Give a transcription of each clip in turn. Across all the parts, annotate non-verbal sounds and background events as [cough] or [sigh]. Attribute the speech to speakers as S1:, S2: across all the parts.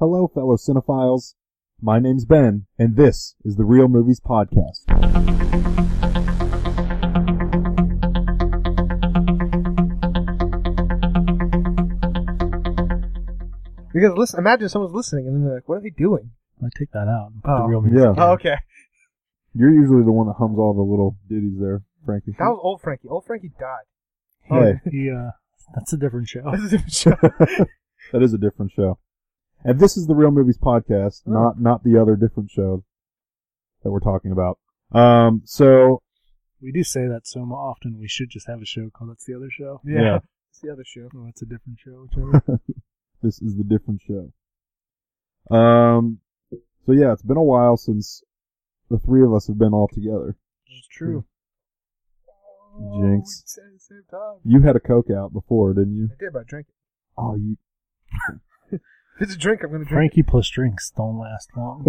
S1: Hello, fellow cinephiles. My name's Ben, and this is the Real Movies Podcast.
S2: Because listen, imagine someone's listening and then they're like, "What are they doing?"
S3: I take that out. and put
S2: Oh.
S3: the real music.
S1: Yeah.
S3: in.
S2: Oh, okay.
S1: You're usually the one that hums all the little ditties there, Frankie.
S2: That was old Frankie. Old Frankie died.
S1: Hey,
S3: He, uh, that's a different show.
S2: [laughs]
S3: [laughs]
S2: This is a different show.
S1: that is a different show. And this is the Real Movies Podcast,
S2: Oh.
S1: not not the other different show that we're talking about. Um, so
S3: We do say that so mo- often. We should just have a show called "That's the Other Show."
S2: Yeah.
S3: [laughs]
S1: Yeah.
S2: It's the other show.
S3: Oh, that's a different show. Whichever.
S1: this is the different show. Um, so yeah, it's been a while since the three of us have been all together.
S2: It's
S3: Hmm.
S2: true.
S1: Jinx.
S2: Oh, we said it at the same time.
S1: You had a coke out before, didn't you?
S2: I did, but I drank it.
S1: Oh, you
S2: If it's a drink, I'm gonna drink.
S3: Frankie plus drinks don't last long.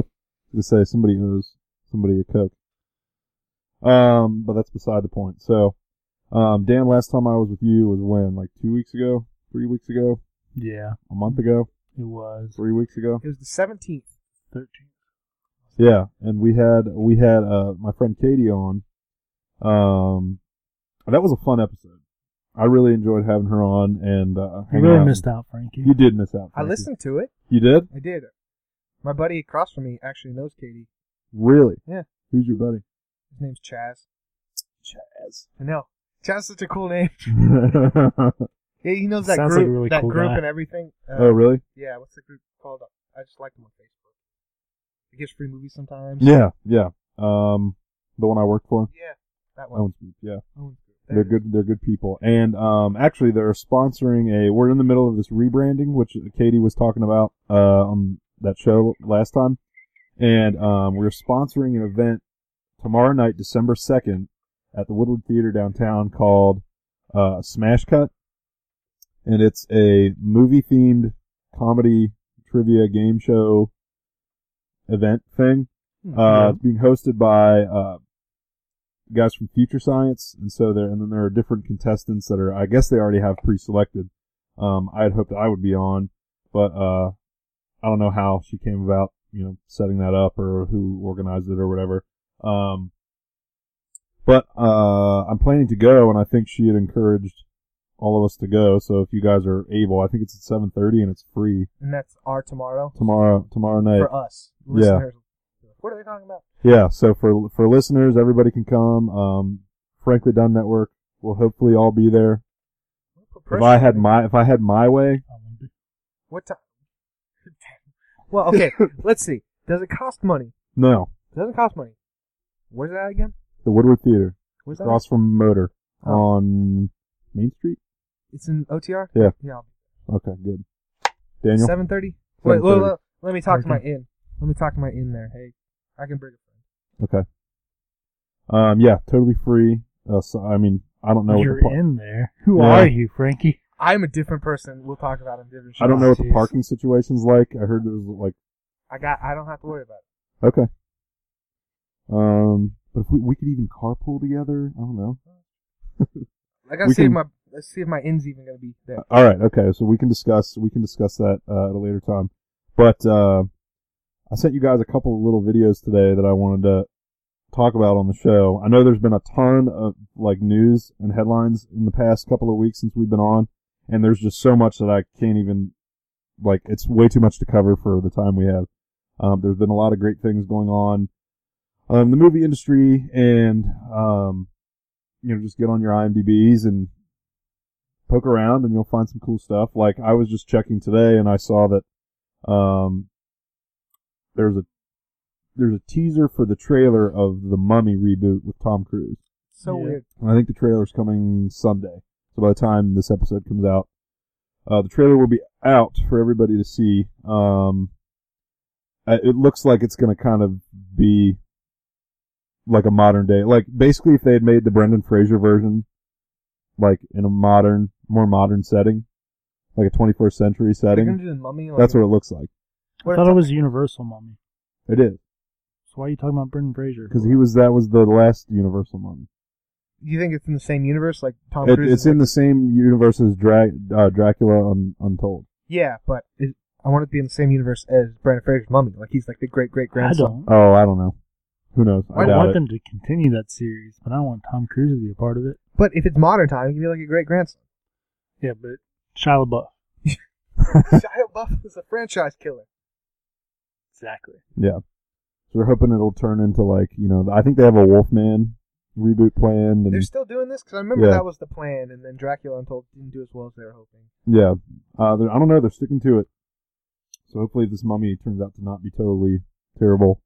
S1: to say somebody owes somebody a coke. Um, but that's beside the point. So, um, Dan, last time I was with you was when, like two weeks ago, three weeks ago,
S3: yeah,
S1: a month ago,
S3: it was
S1: three weeks ago.
S2: It was the 17th.
S3: thirteen.
S1: Yeah, and we had we had uh my friend Katie on. Um, that was a fun episode. I really enjoyed having her on, and uh,
S3: You
S1: hanging
S3: really
S1: out.
S3: missed out, Frankie.
S1: You did miss out.
S2: I
S1: Frankie.
S2: listened to it.
S1: You did
S2: I did. My buddy across from me actually knows Katie.
S1: really?
S2: Yeah.
S1: Who's your
S2: [laughs]
S1: buddy?
S2: His name's Chaz. Chaz. I know. Chaz is such a cool name. [laughs] Yeah, he knows that
S3: Sounds like
S2: group,
S3: a really
S2: that
S3: cool
S2: group
S3: guy.
S2: and everything. Uh,
S1: oh, really?
S2: Yeah, what's the group called? I just like them on Facebook. It gives free movies sometimes.
S1: Yeah, yeah. Um, the one I worked for.
S2: Yeah, that one.
S1: Owens Group, yeah.
S2: Owen.
S1: They're good. They're good people, and um, actually, they're sponsoring a. We're in the middle of this rebranding, which Katie was talking about uh, on that show last time, and um, we're sponsoring an event tomorrow night, December second, at the Woodward Theater downtown called uh, Smash Cut, and it's a movie themed comedy trivia game show event thing.
S3: Hmm.
S1: Uh, it's being hosted by uh, guys from Future Science, and so there, and then there are different contestants that are. I guess they already have pre-selected. Um, I had hoped I would be on, but uh, I don't know how she came about, you know, setting that up or who organized it or whatever. Um, but uh, I'm planning to go, and I think she had encouraged all of us to go. So if you guys are able, I think it's at 7:30 and it's free
S2: and that's our tomorrow
S1: tomorrow. Tomorrow night.
S2: for us listeners. What are they talking about?
S1: Yeah, so for for listeners, everybody can come. Um, Frankly Done Network will hopefully all be there.
S2: We'll put
S1: If
S2: pressure
S1: I
S2: on
S1: had
S2: them.
S1: my if I had my way,
S3: I won't be-
S2: what time? [laughs] well,
S1: [laughs]
S2: okay. let's see. Does it cost money?
S1: no,
S2: It doesn't cost money. Where's that again?
S1: the Woodward Theater
S2: Where's that?
S1: across from Motor
S2: Oh.
S1: on Main Street.
S2: It's in OTR.
S1: Yeah.
S2: Yeah.
S1: Okay, good. Daniel,
S2: Seven thirty. Wait, wait,
S1: 7:30.
S2: wait, let me talk to my in. Let me talk to my in there. Hey, I can bring a friend.
S1: okay. Um, yeah, totally free. Uh, so I mean, I don't know.
S3: You're
S1: what the par-
S3: in there. Who
S1: Yeah.
S3: are you, Frankie?
S2: I'm a different person. We'll talk about in different.
S1: I don't know
S2: shows.
S1: what the
S3: Jeez.
S1: parking situation's like. I heard there's like
S2: I got. I don't have to worry about it.
S1: okay. Um, but if we we could even carpool together, I don't know.
S2: I gotta
S1: We
S2: see if
S1: can-
S2: my. Let's see if my in's even gonna be there.
S1: All right. Okay. So we can discuss we can discuss that uh, at a later time. But uh, I sent you guys a couple of little videos today that I wanted to talk about on the show. I know there's been a ton of like news and headlines in the past couple of weeks since we've been on, and there's just so much that I can't even like. It's way too much to cover for the time we have. Um, there's been a lot of great things going on um, the movie industry, and um, you know, just get on your IMDb's and poke around and you'll find some cool stuff. Like I was just checking today and I saw that um there's a there's a teaser for the trailer of the Mummy reboot with Tom Cruise.
S2: So
S3: Yeah.
S2: weird.
S1: And I think the trailer's coming Sunday. So by the time this episode comes out, uh, the trailer will be out for everybody to see. Um, uh, it looks like it's going to kind of be like a modern day, like basically if they had made the Brendan Fraser version, like in a modern, more modern setting, like a 21st century
S2: They're gonna
S1: setting.
S2: do the mummy. Like,
S1: That's what it looks like.
S3: I
S2: What
S3: thought
S2: it's-
S3: it was Universal Mummy.
S1: It is
S3: So why are you talking about Brendan Fraser?
S1: because he was that was the last Universal mummy.
S2: Do you think it's in the same universe, like Tom
S1: It,
S2: Cruise?
S1: it's
S2: is
S1: in the same universe as Dra- uh, Dracula Un- Untold.
S2: Yeah, but it, I want it to be in the same universe as Brandon Fraser's Mummy. Like he's like the great great
S3: I
S2: grandson.
S3: don't.
S1: Oh, I don't know. Who knows? I
S3: I
S1: doubt
S3: want
S1: it.
S3: them to continue that series, but I want Tom Cruise to be a part of it.
S2: But if it's modern time, he'd be like a great
S3: [laughs]
S2: grandson.
S3: Yeah, but Shia LaBeouf.
S2: Shia LaBeouf is a franchise killer.
S3: Exactly.
S1: Yeah. So they're hoping it'll turn into like you know. I think they have a Wolfman reboot
S3: Mm-hmm.
S1: planned, and
S2: They're still doing this because I remember
S1: Yeah.
S2: that was the plan, and then Dracula Untold didn't do as well as they were hoping.
S1: yeah, uh, they're- I don't know. They're sticking to it. So hopefully this mummy turns out to not be totally terrible.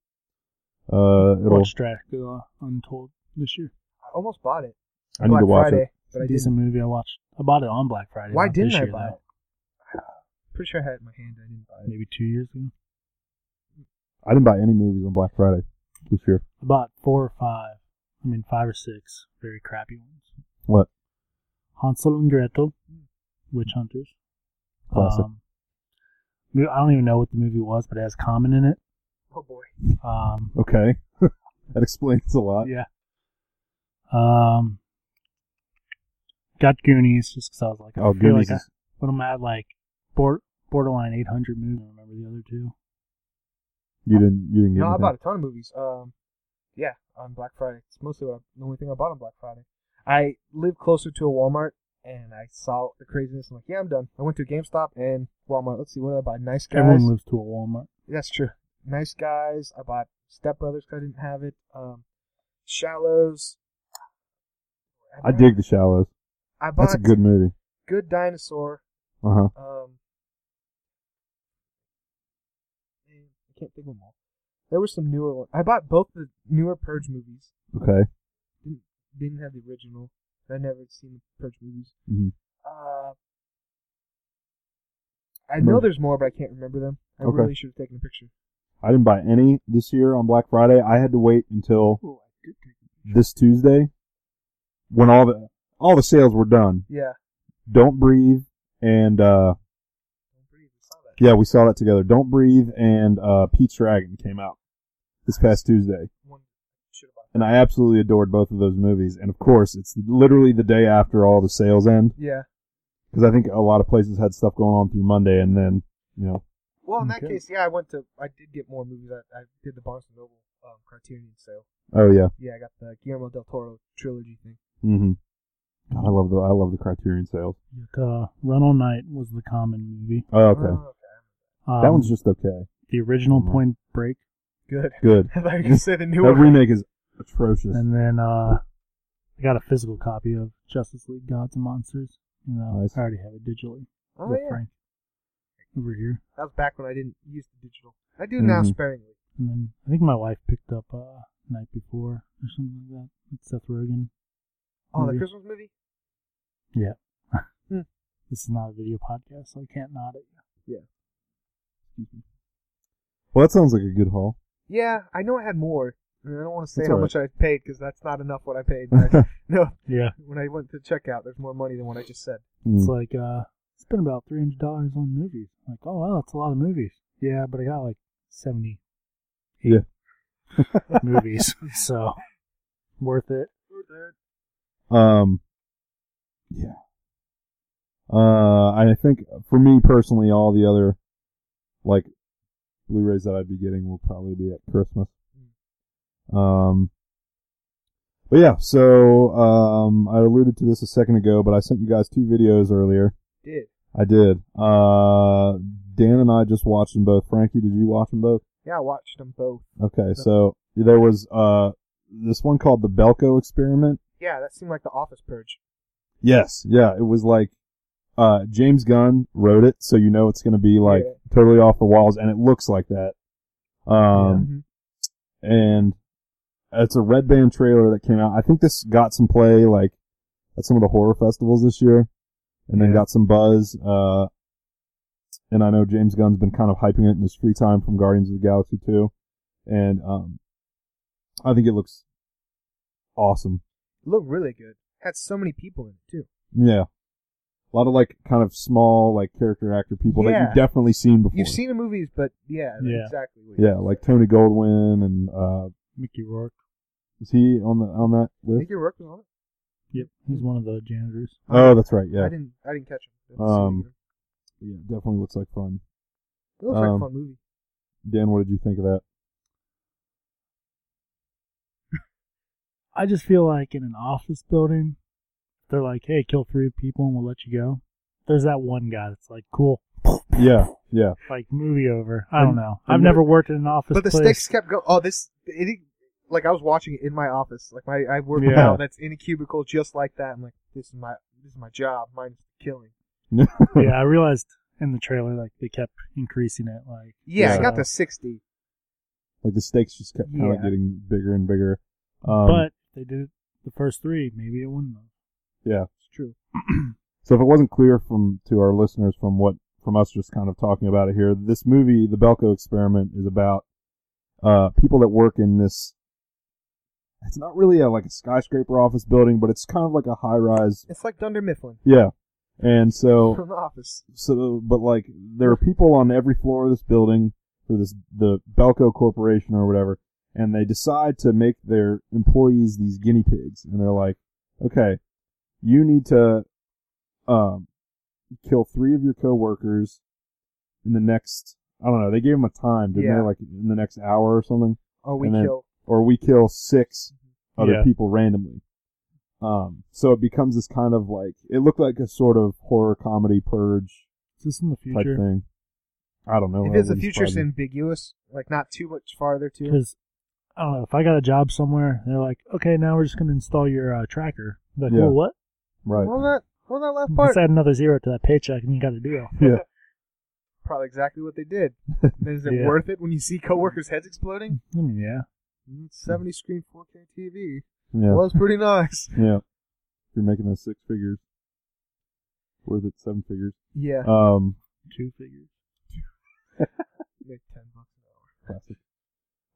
S1: Uh, it'll.
S3: Watch Dracula Untold this year.
S2: I almost bought it.
S1: I need
S2: Black
S1: to watch
S2: Friday,
S1: it.
S2: but I didn't.
S3: Decent movie I watched. I bought it on Black Friday.
S2: Why
S3: not
S2: didn't
S3: this
S2: I
S3: year,
S2: buy
S3: though.
S2: it? [sighs] Pretty sure I had it in my hand. I didn't buy it.
S3: Maybe two years ago.
S1: I didn't buy any movies on Black Friday this year.
S3: I bought four or five. I mean, five or six very crappy ones.
S1: What?
S3: Hansel and Gretel, Witch Hunters.
S1: Classic.
S3: Um, I don't even know what the movie was, but it has Common in it.
S2: Oh boy.
S3: Um,
S1: Okay. [laughs] that explains a lot.
S3: yeah. Um, got Goonies just because I was like, I
S1: Oh,
S3: feel
S1: Goonies
S3: like
S1: is-
S3: I, when I'm at like bor- borderline 800 movie, I remember the other two.
S1: You didn't. You didn't get
S2: No, I
S1: anything?
S2: bought a ton of movies. Um, yeah, on Black Friday. It's mostly what I, the only thing I bought on Black Friday. I live closer to a Walmart, and I saw the craziness. I'm like, yeah, I'm done. I went to GameStop and Walmart. Let's see, what did I buy? Nice guys.
S3: Everyone moves to a Walmart.
S2: That's true. Nice guys. I bought Step Brothers 'cause I didn't have it. Um, Shallows.
S1: I dig The Shallows.
S2: I bought
S1: That's a
S2: good...
S1: good movie.
S2: Dinosaur.
S1: Uh huh.
S2: Um, man, I can't think of them all. There were some newer ones. I bought both the newer Purge movies.
S1: Okay.
S2: didn't have the original. I never had seen the Purge movies.
S1: Mhm.
S2: Uh, I know
S1: Mov-
S2: there's more, but I can't remember them. I
S1: Okay.
S2: really should have taken a picture.
S1: I didn't buy any this year on Black Friday. I had to wait until
S2: Oh, I did take
S1: this Tuesday when all the all the sales were done.
S2: Yeah.
S1: Don't breathe and uh
S2: I breathe, I saw that.
S1: yeah, we saw that together. Don't breathe and uh Pete's Dragon came out this past Tuesday.
S2: One should have bought.
S1: And I absolutely adored both of those movies. And of course, it's literally the day after all the sales end
S2: Yeah.
S1: because I think a lot of places had stuff going on through Monday and then, you know,
S2: Well, in that
S3: Okay.
S2: case, yeah, I went to. I did get more movies. I, I did the Barnes and Noble um, Criterion sale.
S1: oh yeah.
S2: Yeah, I got the Guillermo del Toro trilogy thing.
S1: Mhm. God, I love the I love the Criterion sales.
S3: Uh, Run All Night was the common movie.
S1: Oh, okay.
S2: Oh,
S3: Um,
S1: that one's just okay.
S3: the original
S1: Mhm.
S3: Point Break,
S2: good. [laughs]
S1: Good.
S2: I thought you were gonna say the
S1: That
S2: new one.
S1: remake is atrocious.
S3: and then uh, I got a physical copy of Justice League: Gods and Monsters. No,
S1: Nice.
S3: I already have it digitally.
S2: Oh
S3: with
S2: yeah,
S3: Frank over here,
S2: that was back when I didn't use the digital. I do now
S1: Mhm.
S2: sparingly.
S3: and then I think my wife picked up uh, Night Before or something like that. It's Seth Rogen.
S1: Mm-hmm.
S2: Oh, the
S3: Movie.
S2: Christmas movie.
S3: Yeah.
S2: Hmm.
S3: This is not a video podcast, so I can't nod at you.
S1: Well, that sounds like a good haul.
S2: Yeah, I know I had more. and I don't want to say
S1: That's
S2: how
S1: all
S2: much I paid because that's not enough what I paid.
S1: [laughs]
S2: but [laughs] I- no,
S3: Yeah,
S2: when I went to checkout, there's more money than what I just said.
S1: Mm.
S3: it's like uh, spent about three hundred dollars on movies. Like, oh well, that's a lot of movies. Yeah, but I got like seventy.
S1: Yeah.
S3: [laughs] movies, so worth it.
S1: Um, yeah. Uh, I think for me personally, all the other like Blu-rays that I'd be getting will probably be at Christmas. Um, but yeah, so um, I alluded to this a second ago, but I sent you guys two videos earlier.
S2: Did
S1: I did. Uh, Dan and I just watched them both. Frankie, did you watch them both?
S2: yeah, I watched them both.
S1: Okay, so there was uh this one called the Belko Experiment.
S2: Yeah, that seemed like the Office purge.
S1: Yes, yeah, it was like uh James Gunn wrote it, so you know it's going to be like
S2: Yeah.
S1: totally off the walls and it looks like that. Um
S2: Mhm.
S1: and it's a red band trailer that came out. I think this got some play like at some of the horror festivals this year and then
S2: Yeah.
S1: got some buzz uh and I know James Gunn's been kind of hyping it in his free time from Guardians of the Galaxy 2 and um I think it looks awesome.
S2: looked really good. Had so many people in it too.
S1: Yeah. A lot of like kind of small like character actor people that
S2: Yeah.
S1: you've definitely seen before.
S2: You've seen the movies, but yeah, that's
S3: Yeah.
S2: exactly. What you
S1: Yeah, like Tony Goldwyn and uh
S3: Mickey Rourke.
S1: was he on the on that
S2: I
S1: list?
S2: think you're working on it.
S3: Yep, he's one of the janitors.
S1: Oh, that's right. Yeah.
S2: I didn't. I didn't catch him.
S1: Um, Yeah, definitely looks like fun.
S2: It looks like a
S1: Um,
S2: fun movie.
S1: Dan, what did you think of that?
S3: I just feel like in an office building, they're like, "Hey, kill three people and we'll let you go." There's that one guy that's like, "Cool,
S1: Yeah, yeah.
S3: like movie over." I don't
S1: And-
S3: know.
S1: and
S3: I've
S1: what-
S3: never worked in an office,
S2: But the
S3: place.
S2: sticks kept going. Oh, this it, like I was watching it in my office. Like my I work
S3: Yeah.
S2: now that's in a cubicle just like that. I'm like, this is my this is my job. Mine's killing.
S3: [laughs] yeah, I realized in the trailer like they kept increasing it. Like,
S2: Yeah, I
S1: Yeah.
S2: got the sixty.
S1: Like the stakes just kept kind
S2: Yeah.
S1: of getting bigger and bigger. Um,
S3: but they did it the first three. Maybe it wouldn't. have.
S1: yeah.
S2: It's true.
S1: So if it wasn't clear from to our listeners from what from us just kind of talking about it here, this movie, The Belko Experiment, is about uh, people that work in this. It's not really a, like a skyscraper office building, but it's kind of like a high rise.
S2: It's like Dunder Mifflin
S1: Yeah, and so
S2: [laughs] from the office.
S1: so but like there are people on every floor of this building for this the Belco Corporation or whatever, and they decide to make their employees these guinea pigs, and they're like, okay, you need to um kill three of your coworkers in the next I don't know they gave them a time didn't
S2: Yeah.
S1: they like in the next hour or something
S2: Oh, we
S1: And then-
S2: kill.
S1: or we kill six other
S3: Yeah.
S1: people randomly. Um, so it becomes this kind of like it looked like a sort of horror comedy purge
S3: Is this in the
S1: type
S3: future?
S1: thing. I don't know.
S2: If
S1: I
S2: it's the
S1: wouldn't
S2: future's
S1: surprise me.
S2: ambiguous, like not too much farther too.
S3: Because I don't know if I got a job somewhere, they're like, "Okay, now we're just gonna install your uh, tracker." I'm like,
S1: Yeah.
S3: well, what?
S1: right?
S2: Well, that well that last part
S3: Let's add another zero to that paycheck, and you got a deal.
S1: [laughs] Yeah,
S2: probably exactly what they did. Then is it
S3: Yeah.
S2: worth it when you see coworkers' heads exploding?
S3: I mean, yeah.
S2: Mm, Seventy screen 4K TV.
S1: yeah,
S2: Well, it's pretty nice. [laughs]
S1: yeah. If you're making those six figures, worth it seven figures.
S2: Yeah,
S1: Um,
S3: Two figures.
S2: like ten bucks an hour.
S1: classic.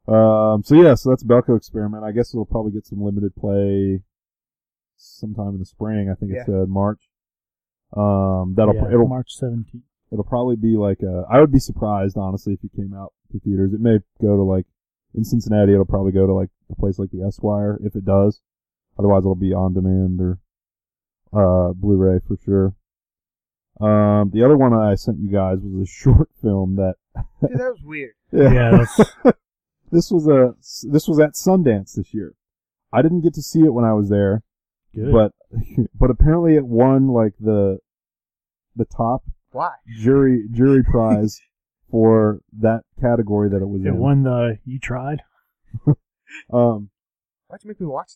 S1: Um, so yeah, so that's Belko experiment. I guess it'll probably get some limited play sometime in the spring. I think it said March. Um, that'll
S3: Yeah,
S1: it'll
S3: March 17th.
S1: It'll probably be like a. I would be surprised honestly if it came out to theaters. It may go to like in Cincinnati. It'll probably go to like a place like the Esquire if it does. Otherwise, it'll be on demand or uh, Blu-ray for sure. Um, the other one I sent you guys was a [laughs] short film that.
S2: Dude, that was weird.
S3: Yeah,
S1: [laughs]
S3: that's,
S1: This was a. This was at Sundance this year. I didn't get to see it when I was there.
S3: Good.
S1: But [laughs] but apparently it won like the the top
S2: Why?
S1: jury
S3: [laughs]
S1: jury prize for that category that it was
S3: it
S1: in.
S3: won the you tried.
S1: Um,
S2: Why'd you make me watch?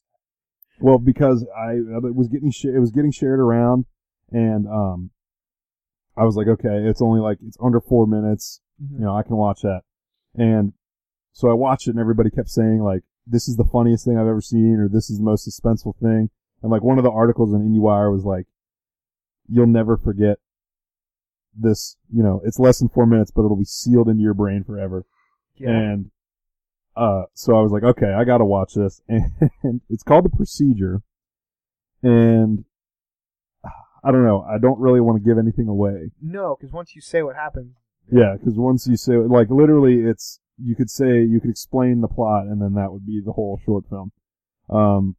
S1: well, because I it was getting sh- it was getting shared around, and um, I was like, okay, it's only like it's under four minutes.
S2: That?
S3: Mm-hmm.
S1: You know, I can watch that, and so I watched it, and everybody kept saying like, this is the funniest thing I've ever seen, or this is the most suspenseful thing, and like one of the articles in IndieWire was like, you'll never forget this. You know, it's less than four minutes, but it'll be sealed into your brain forever.
S2: Yeah.
S1: And uh, so I was like, okay, I gotta watch this. [laughs] And it's called The Procedure. And I don't know. I don't really want to give anything away.
S2: No, because once you say what happened,
S1: Yeah, because once you say, like, literally, it's you could say you could explain the plot, and then that would be the whole short film. Um,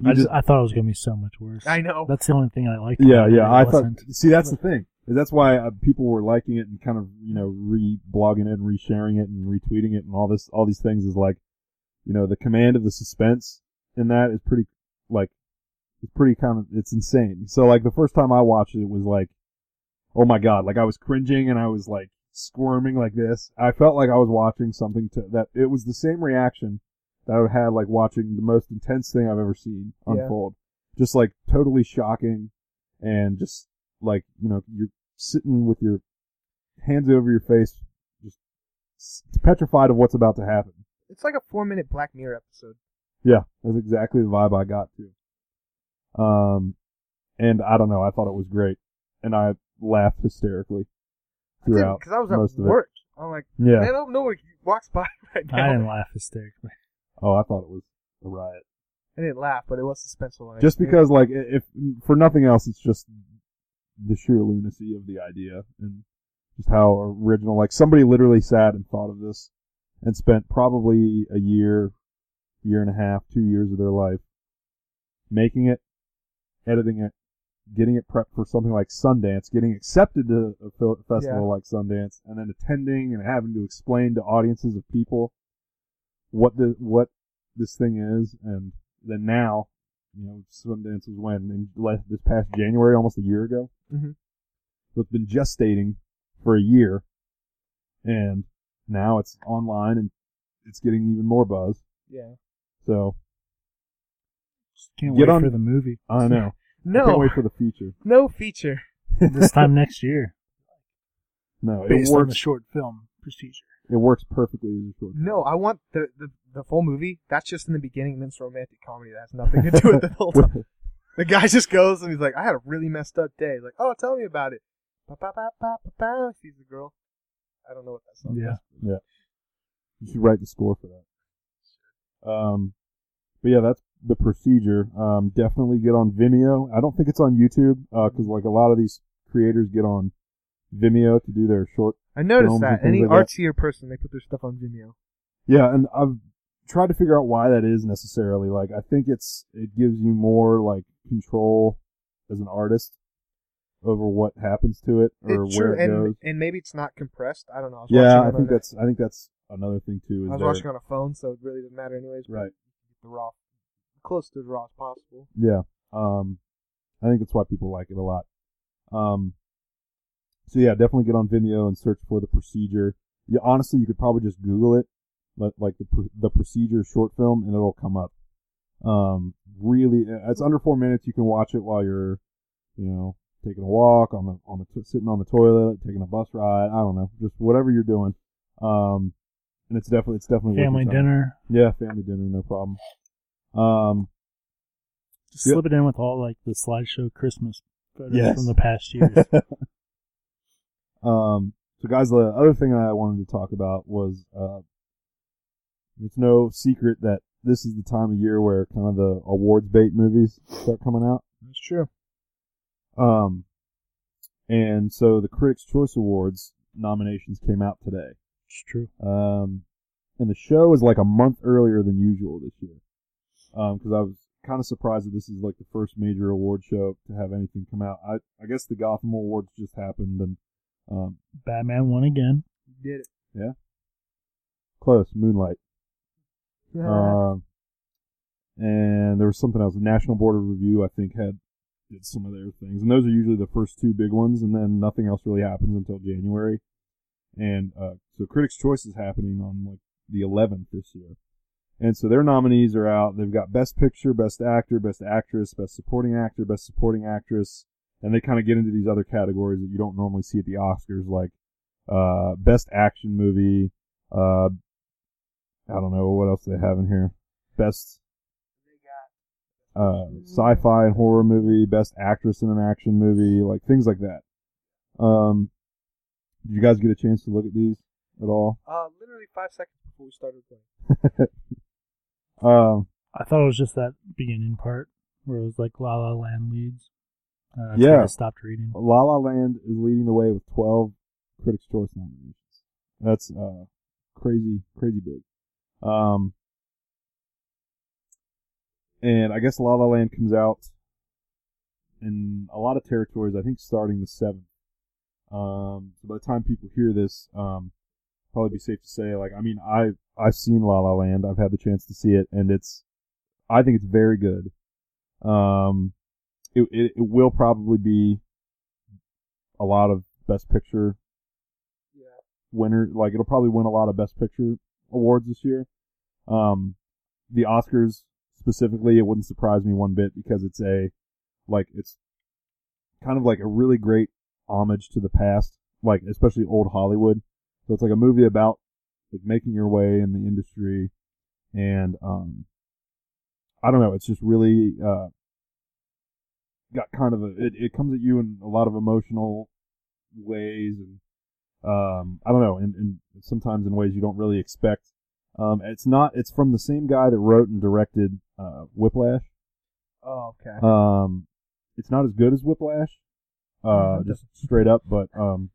S1: you
S3: I, just, I thought it was gonna be so much
S2: [laughs]
S3: worse.
S2: I know.
S3: That's the only thing I liked.
S1: yeah,
S3: about it,
S1: yeah.
S3: it
S1: I
S3: wasn't.
S1: thought. See, that's the thing. is That's why uh, people were liking it and kind of you know reblogging it and resharing it and retweeting it and all this all these things is like, you know, the command of the suspense in that is pretty like, it's pretty kind of it's insane. So like the first time I watched it, it was like, oh my god, like I was cringing and I was like squirming like this. I felt like I was watching something to that. It was the same reaction that I would have like watching the most intense thing I've ever seen
S2: Yeah.
S1: unfold. Just like totally shocking and just like you know you're sitting with your hands over your face just s- petrified of what's about to happen
S2: it's like a four-minute Black Mirror episode.
S1: yeah that's exactly the vibe i got too um and i don't know i thought it was great and i laughed hysterically throughout
S2: Because I was
S1: most
S2: at
S1: of
S2: work. I'm like,
S1: it yeah
S2: man, I don't know what walks by [laughs] right now.
S3: I didn't laugh hysterically.
S1: oh i thought it was a riot
S2: I didn't laugh, but it was suspenseful. and I
S1: just
S2: did.
S1: because like i- if for nothing else it's just the sheer lunacy of the idea and just how original like somebody literally sat and thought of this and spent probably a year year and a half two years of their life making it editing it getting it prepped for something like Sundance, getting accepted to a fil- festival
S2: Yeah.
S1: like Sundance, and then attending and having to explain to audiences of people what the what this thing is, and then now, you know, Sundance was when in le- this past January, almost a year ago.
S2: Mhm.
S1: So it's been gestating for a year, and now it's online and it's getting even more buzz.
S2: Yeah.
S1: So
S3: Just can't
S1: Get
S3: wait
S1: on-
S3: for the movie
S1: I know. I can't
S2: No,
S1: wait for the feature.
S2: no feature.
S3: [laughs] this time next year,
S1: [laughs] No, it
S3: based on the
S1: works.
S3: short film procedure.
S1: It works perfectly as a short. [laughs]
S2: No, I want the, the the full movie. That's just in the beginning, and then it's romantic comedy that has nothing to do with the
S1: [laughs]
S2: whole time. The guy just goes and he's like, "I had a really messed up day." Like, "Oh, tell me about it." Ba ba ba ba ba ba. She's the girl. I don't know what that song.
S3: Yeah.
S2: is.
S1: You should write the score for that. Um, but yeah, that's the procedure. Um, definitely get on Vimeo. I don't think it's on YouTube because like a lot of these creators get on Vimeo to do their short.
S2: I noticed
S1: Films and
S2: that
S1: things
S2: any
S1: like that.
S2: artsier person they put their stuff on Vimeo.
S1: Yeah, and I've tried to figure out why that is necessarily. Like, I think it's it gives you more like control as an artist over what happens to it or
S2: it's
S1: where
S2: true,
S1: it
S2: and
S1: goes.
S2: and maybe it's not compressed. I don't know. I was
S1: Yeah,
S2: watching
S1: I
S2: it on
S1: think
S2: a-
S1: that's I think that's another thing too. Is
S2: I was
S1: their-
S2: watching on a phone, so it really didn't matter anyways. but
S1: Right.
S2: The raw, close to the raw as possible.
S1: Yeah. Um, I think that's why people like it a lot. Um, so yeah, definitely get on Vimeo and search for the procedure. Yeah, honestly, you could probably just Google it, but like the pr- the procedure short film, and it'll come up. Um, really, uh, it's under four minutes. You can watch it while you're, you know, taking a walk on the on the to- sitting on the toilet, taking a bus ride. I don't know, just whatever you're doing. Um, and it's definitely it's definitely worth your
S3: Family
S1: time.
S3: dinner.
S1: Yeah, family dinner, no problem. Um,
S3: Just
S1: Yeah.
S3: slip it in with all like the slideshow Christmas photos
S1: Yes.
S3: from the past
S1: [laughs]
S3: years.
S1: Um, so guys, the other thing I wanted to talk about was, uh, it's no secret that this is the time of year where kind of the awards bait movies start coming out.
S2: That's true.
S1: Um, and so the Critics' Choice Awards nominations came out today.
S3: it's true.
S1: Um, and the show is like a month earlier than usual this year. Um, because I was kind of surprised that this is like the first major award show to have anything come out. I I guess the Gotham Awards just happened, and um,
S3: Batman won again.
S2: Did it. [laughs]
S1: close Moonlight.
S2: Yeah.
S1: Um, and there was something else. The National Board of Review, I think, had did some of their things, and those are usually the first two big ones, and then nothing else really happens until January. And uh, so Critics' Choice is happening on like the 11th this year, and so their nominees are out. They've got Best Picture, Best Actor, Best Actress, Best Supporting Actor, Best Supporting Actress, and they kind of get into these other categories that you don't normally see at the Oscars, like uh, Best Action Movie. Uh, I don't know what else they have in here. Best uh, sci-fi and horror movie, best actress in an action movie, like things like that. Um, did you guys get a chance to look at these at all?
S2: uh, literally five seconds before we started playing.
S1: Um,
S3: I thought it was just that beginning part where it was like La La Land leads. Uh, that's
S1: Yeah.
S3: where I stopped reading.
S1: La La Land is leading the way with 12 Critics' Choice nominations. That's uh, crazy, crazy big. Um, and I guess La La Land comes out in a lot of territories. I think starting the seventh. Um, so by the time people hear this, um, probably be safe to say, like, I mean, I I've seen La La Land. I've had the chance to see it, and it's, I think it's very good. Um, it it, it will probably be a lot of Best Picture
S2: Yeah.
S1: winner. Like it'll probably win a lot of Best Picture awards this year. Um, the Oscars specifically, it wouldn't surprise me one bit because it's a like it's kind of like a really great homage to the past, like especially old Hollywood. So it's like a movie about like making your way in the industry, and um, I don't know. It's just really uh, got kind of a it, it comes at you in a lot of emotional ways and um I don't know and, and sometimes in ways you don't really expect. Um, it's not it's from the same guy that wrote and directed uh, Whiplash.
S2: Oh, okay.
S1: Um, it's not as good as Whiplash, uh,
S2: Mhm.
S1: just straight up, but um,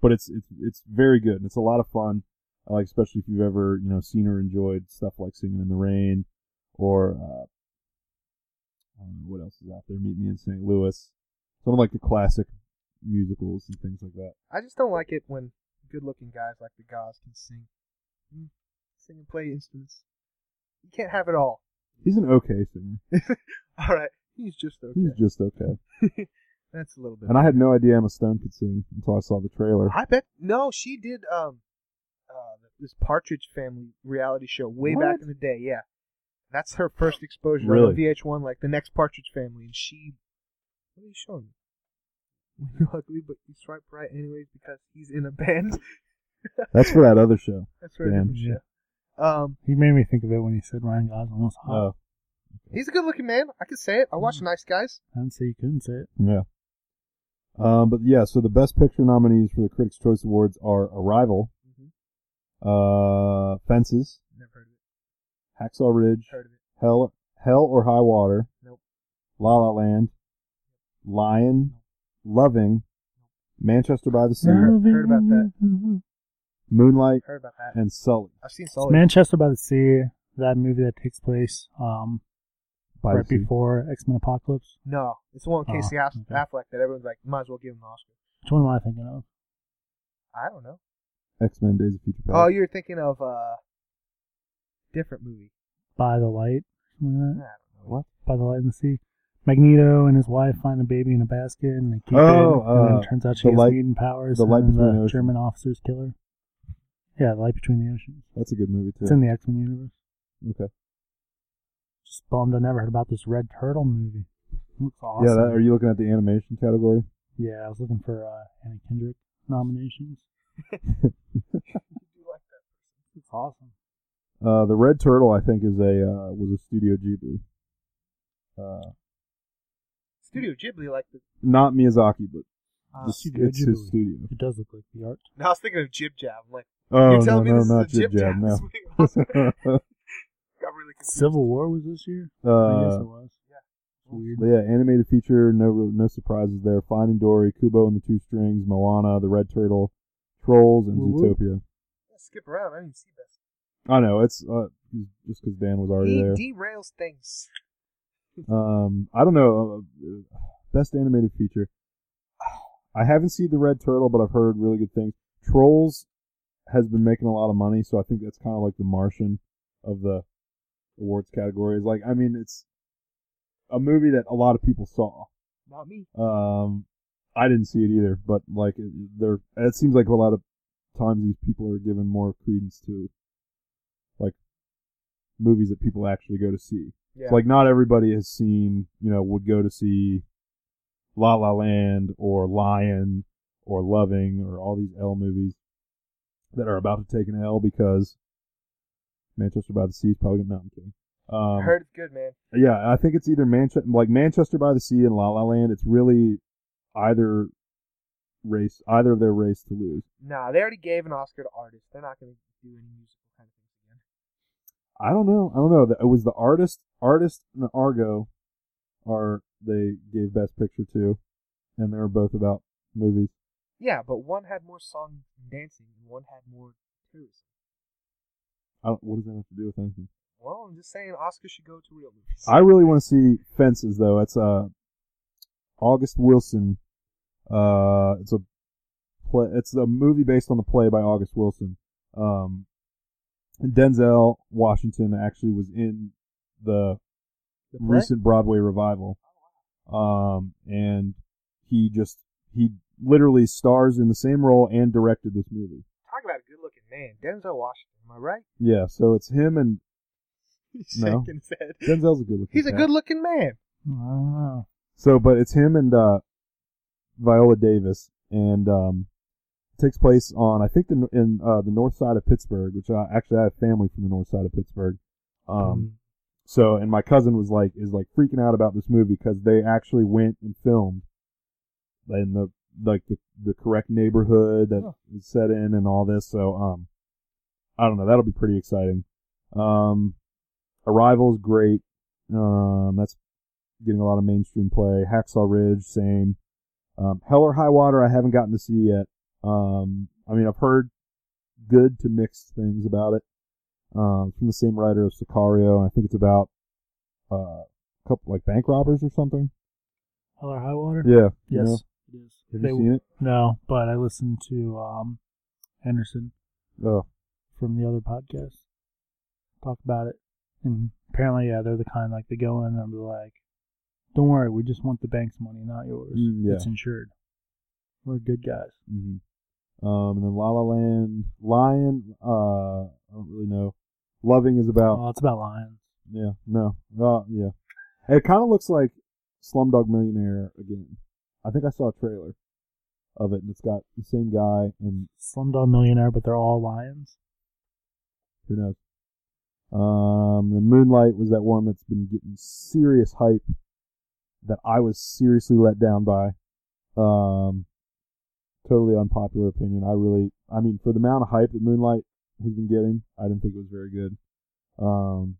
S1: but it's it's it's very good and it's a lot of fun. I Like especially if you've ever you know seen or enjoyed stuff like Singing in the Rain, or uh, I don't know what else is out there? Meet Me in St. Louis. Some of like the classic musicals and things like that.
S2: I just don't like it when good-looking guys like the Goz can sing, Mm, sing and play instruments. You can't have it all. [laughs]
S1: He's an okay singer.
S2: All right, he's just okay.
S1: He's just okay.
S2: [laughs] That's a little bit.
S1: And I had no idea Emma Stone could sing until I saw the trailer. [laughs]
S2: I bet no, she did um, uh, this Partridge Family reality show way back
S1: What?
S2: in the day. Yeah, that's her first exposure
S1: Really?
S2: on VH1, like the next Partridge Family, and she. What are you showing me? [laughs] When you're ugly, but you swipe right anyways because he's in a band. [laughs]
S1: That's for that other show.
S2: That's right.
S1: Damn.
S2: Yeah. Um,
S3: He made me think of it when he said Ryan Gosling was hot.
S1: Oh,
S2: he's a good-looking man. I can say it. I watch Nice Guys.
S3: I didn't say you couldn't say it.
S1: yeah. Um, but yeah, so the best picture nominees for the Critics' Choice Awards are Arrival,
S2: Mhm.
S1: uh, Fences,
S2: Never heard of it.
S1: Hacksaw Ridge,
S2: Heard of it.
S1: Hell, Hell or High Water,
S2: Nope.
S1: La La Land, Lion, Loving, Manchester by the Sea,
S2: heard about that.
S1: Moonlight,
S2: Heard about that.
S1: and Sully.
S2: I've seen
S3: It's
S2: Sully.
S3: Manchester by the Sea, that movie that takes place um,
S1: By
S3: right
S1: the Sea.
S3: before X Men Apocalypse.
S2: No, it's the one with
S3: Oh,
S2: Casey Aff-
S3: okay.
S2: Affleck that everyone's like, might as well give him an Oscar.
S3: Which one am I thinking of?
S2: I don't know.
S1: X Men Days of Future Past.
S2: Oh, you're thinking of uh different movie.
S3: By the Light, something like
S2: I
S3: that.
S2: don't know.
S1: What?
S3: By the Light in the Sea. Magneto and his wife find a baby in a basket and they keep
S1: Oh,
S3: it. And then
S1: uh,
S3: it turns out she
S1: The
S3: has
S1: Light-
S3: mutant powers.
S1: The
S3: and
S1: Light
S3: then
S1: Between
S3: the
S1: Oceans.
S3: German officers kill her. Yeah, The Light Between the Oceans.
S1: That's a good movie too.
S3: It's in the X Men universe.
S1: okay.
S3: Just bummed I never heard about this Red Turtle movie. Looks awesome.
S1: Yeah, that, are you looking at the animation category?
S3: Yeah, I was looking for uh, Anna Kendrick nominations. It's awesome.
S1: Uh, the Red Turtle, I think, is a uh, was a Studio Ghibli. Uh,
S2: Studio Ghibli, like the. [laughs]
S1: not Miyazaki, but
S2: Uh,
S1: the,
S3: Studio
S1: it's his
S3: Ghibli.
S1: studio.
S3: It does look like the art.
S2: no, I was thinking of Jib Jab. I'm like,
S1: Oh
S2: you're telling
S1: no,
S2: me
S1: no,
S2: this
S1: not
S2: is a Jib Jab?
S1: Jab. [laughs]
S2: This
S1: No.
S2: week? [laughs] I was like, got really confused.
S3: Civil War was this year? I guess
S1: uh, [laughs]
S3: it was.
S2: yeah.
S3: It's weird.
S1: But yeah, animated feature, no real- no surprises there. Finding Dory, Kubo and the Two Strings, Moana, The Red Turtle, Trolls, and
S3: Woo-woo.
S1: Zootopia.
S2: Yeah, skip around. I didn't see this.
S1: I know it's uh, just because Dan was already
S2: He
S1: there.
S2: derails things.
S1: Um, I don't know. uh, Best animated feature. I haven't seen the Red Turtle, but I've heard really good things. Trolls has been making a lot of money, so I think that's kind of like the Martian of the awards categories. Like, I mean, it's a movie that a lot of people saw.
S2: Not me.
S1: Um, I didn't see it either, but like there, it seems like a lot of times these people are given more credence to like movies that people actually go to see.
S2: Yeah.
S1: So, like not everybody has seen, you know, would go to see La La Land or Lion or Loving or all these L movies that are about to take an L because Manchester by the Sea is probably not. I'm kidding. Um,
S2: I heard it's good, man.
S1: yeah, I think it's either Manchester, like Manchester by the Sea and La La Land. It's really either race, either of their race to lose.
S2: Nah, they already gave an Oscar to artists. They're not going to do any musical kind of things again.
S1: I don't know. I don't know. It was the artist, artist and Argo are they gave best picture to, and they were both about movies.
S2: Yeah, but one had more song and dancing, and one had more tourism.
S1: I don't, what does that have to do with anything?
S2: Well, I'm just saying, Oscar should go to real movies.
S1: I really want to see Fences though. It's uh August Wilson. Uh, it's a play. It's a movie based on the play by August Wilson. Um, and Denzel Washington actually was in the
S2: The play?
S1: recent Broadway revival. Um, and he just he literally stars in the same role and directed this movie.
S2: Talk about a good-looking man, Denzel Washington. Am I right?
S1: Yeah, so it's him and
S2: [laughs] He's
S1: No.
S2: shaking his head.
S1: Denzel's a good looking.
S2: He's a good-looking man.
S3: I don't know.
S1: So, but it's him and uh, Viola Davis, and um, it takes place on I think the in uh, the north side of Pittsburgh, which I actually I have family from the north side of Pittsburgh. Um,
S2: Hmm.
S1: so and my cousin was like is like freaking out about this movie because they actually went and filmed in the like the, the correct neighborhood that
S2: Huh.
S1: was set in and all this. So um, I don't know. That'll be pretty exciting. Um, Arrival's great. Um, that's getting a lot of mainstream play. Hacksaw Ridge, same. Um, Hell or High Water, I haven't gotten to see yet. Um, I mean, I've heard good to mixed things about it. Um, from the same writer of Sicario, and I think it's about uh, a couple like bank robbers or something.
S3: Hell or High Water?
S1: Yeah. you
S3: Yes.
S1: know?
S3: It is.
S1: Have
S3: They-
S1: you seen it?
S3: No, but I listened to um, Anderson
S1: Oh,
S3: from the other podcast talk about it, and apparently, yeah, they're the kind like they go in and be like, "Don't worry, we just want the bank's money, not yours.
S1: Mm, yeah.
S3: It's insured. We're good guys."
S1: hmm Um, and then La La Land, Lion. Uh, I don't really know. Loving is about.
S3: Oh, it's about lions.
S1: yeah, no. Uh, yeah. It kind of looks like Slumdog Millionaire again. I think I saw a trailer of it, and it's got the same guy, and
S3: Slumdog Millionaire, but they're all lions.
S1: who knows. Um, the Moonlight was that one that's been getting serious hype that I was seriously let down by. Um, totally unpopular opinion. I really, I mean, for the amount of hype that Moonlight has been getting, I didn't think it was very good. Um,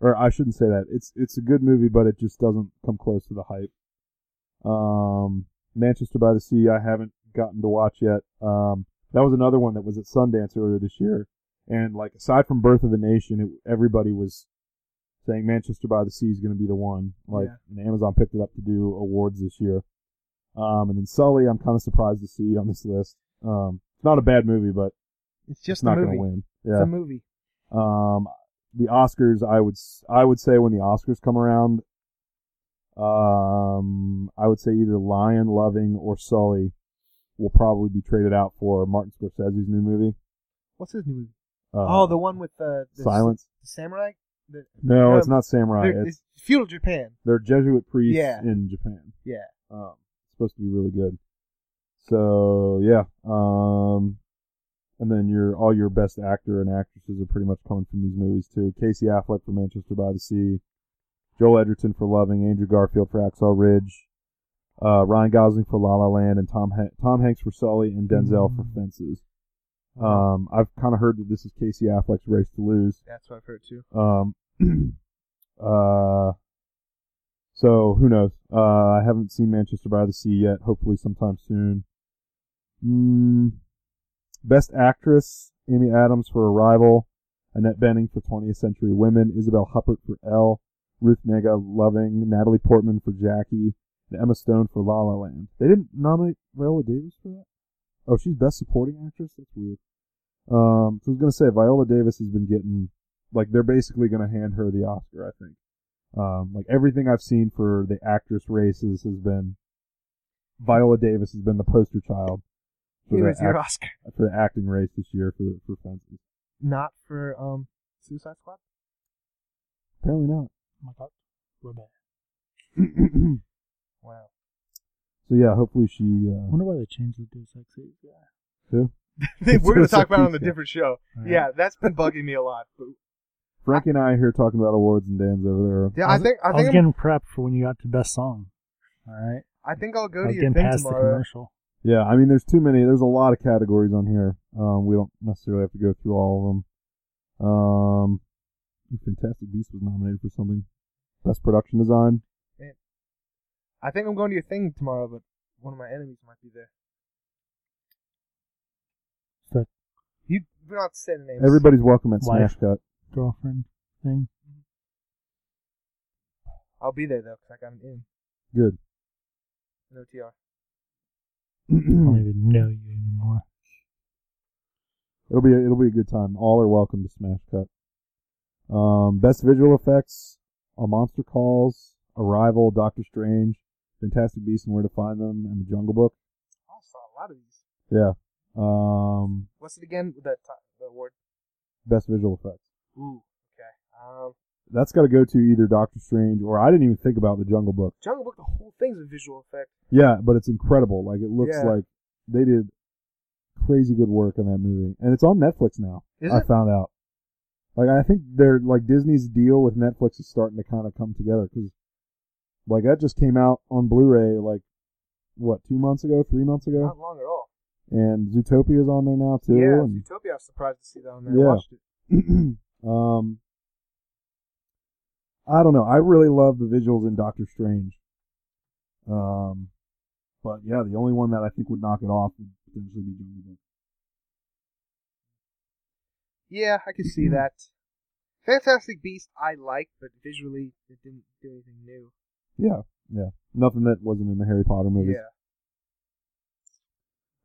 S1: or I shouldn't say that. It's it's a good movie, but it just doesn't come close to the hype. Um, Manchester by the Sea, I haven't gotten to watch yet. Um, that was another one that was at Sundance earlier this year, and like aside from Birth of a Nation, it, everybody was saying Manchester by the Sea is going to be the one. Like,
S2: Yeah.
S1: and Amazon picked it up to do awards this year. Um, and then Sully, I'm kind of surprised to see on this list. Um, it's not a bad movie, but
S2: It's
S1: it's
S2: just
S1: not
S2: a
S1: going
S2: movie.
S1: to win.
S2: It's
S1: Yeah.
S2: a movie.
S1: Um, the Oscars, I would s- I would say when the Oscars come around, um, I would say either Lion, Loving, or Sully will probably be traded out for Martin Scorsese's new movie.
S2: What's his new movie?
S1: Uh,
S2: oh, the one with uh, the
S1: Silence.
S2: the samurai. The,
S1: No,
S2: Um,
S1: it's not Samurai.
S2: they're-
S1: It's,
S2: it's feudal Japan.
S1: they're Jesuit priests
S2: Yeah.
S1: in Japan.
S2: Yeah.
S1: Um, it's supposed to be really good. So yeah, um, and then your all your best actor and actresses are pretty much coming from these movies too. Casey Affleck for Manchester by the Sea, Joel Edgerton for Loving, Andrew Garfield for Axel Ridge, uh, Ryan Gosling for La La Land, and Tom Han- Tom Hanks for Sully, and Denzel for
S3: Mm.
S1: Fences. Um, I've kind of heard that this is Casey Affleck's race to lose.
S2: That's what I've heard too.
S1: Um, [clears throat] uh, so who knows? Uh, I haven't seen Manchester by the Sea yet. Hopefully, sometime soon. Mm, best actress: Amy Adams for Arrival, Annette Benning for 20th Century Women, Isabel Huppert for Elle, Ruth Nega Loving, Natalie Portman for Jackie, and Emma Stone for La La Land. They didn't nominate Viola Davis for that. Oh, she's best supporting actress. That's weird. Um, so I was gonna say Viola Davis has been getting like they're basically going to hand her the Oscar, I think. Um, like everything I've seen for the actress races has been Viola Davis has been the poster child for,
S2: Here is
S1: the,
S2: your
S1: act-
S2: Oscar.
S1: for the acting race this year for for fences.
S2: Not for um Suicide Squad.
S1: Apparently not. [clears throat]
S3: Oh my God. Robert.
S1: so
S2: Wow. [laughs]
S1: yeah, hopefully she.
S3: I
S1: Uh,
S3: wonder why they changed the Deus Ex Ex guy.
S2: We're going to
S1: Suicide
S2: talk about it on a
S1: Squad.
S2: different show.
S3: Alright.
S2: Yeah, that's been bugging me a lot. But
S1: Frankie and I are here talking about awards and Dan's over there.
S2: yeah, I think I
S3: I was
S2: think I'm-
S3: getting prepped for when you got to best song. All right,
S2: I think I'll go
S3: I
S2: to
S3: was
S2: your
S3: getting
S2: thing
S3: past the
S2: tomorrow.
S3: commercial.
S1: Yeah, I mean, there's too many. There's a lot of categories on here. Um, we don't necessarily have to go through all of them. Um, Fantastic Beast was nominated for something. Best production design.
S2: I think I'm going to your thing tomorrow, but one of my enemies might be there.
S3: The
S2: You we don't have to say the names.
S1: Everybody's welcome at
S3: Wife.
S1: Smash Cut.
S3: girlfriend thing.
S2: I'll be there though, cause I got an in,
S1: Good.
S2: an OTR. Hmm.
S1: [clears throat]
S3: I don't even know you anymore.
S1: it'll be a, it'll be a good time. All are welcome to Smash Cut. Um, best visual effects: A Monster Calls, Arrival, Doctor Strange, Fantastic Beasts and Where to Find Them, and The Jungle Book.
S2: I saw a lot of these.
S1: Yeah. Um,
S2: What's it again? The ti- the award.
S1: best visual effects.
S2: Ooh. Okay. Um,
S1: That's got to go to either Doctor Strange or I didn't even think about The Jungle Book.
S2: Jungle Book. The whole thing's a visual effect.
S1: Yeah, but it's incredible. Like it looks
S2: Yeah.
S1: like they did crazy good work on that movie, and it's on Netflix now.
S2: Is
S1: I
S2: it?
S1: found out. Like I think they're like Disney's deal with Netflix is starting to kind of come together because, like that just came out on Blu-ray like, what two months ago, three months ago,
S2: Not long at all.
S1: and Zootopia is on there now too.
S2: Yeah.
S1: and-
S2: Utopia. I was surprised to see that on there.
S1: Yeah.
S2: I watched it.
S1: [clears throat] um, I don't know. I really love the visuals in Doctor Strange. Um, but yeah, the only one that I think would knock it off would potentially be Jungle Book.
S2: Yeah, I could see that. Fantastic Beast, I liked, but visually it didn't do anything new.
S1: Yeah, Nothing that wasn't in the Harry Potter movies.
S2: Yeah.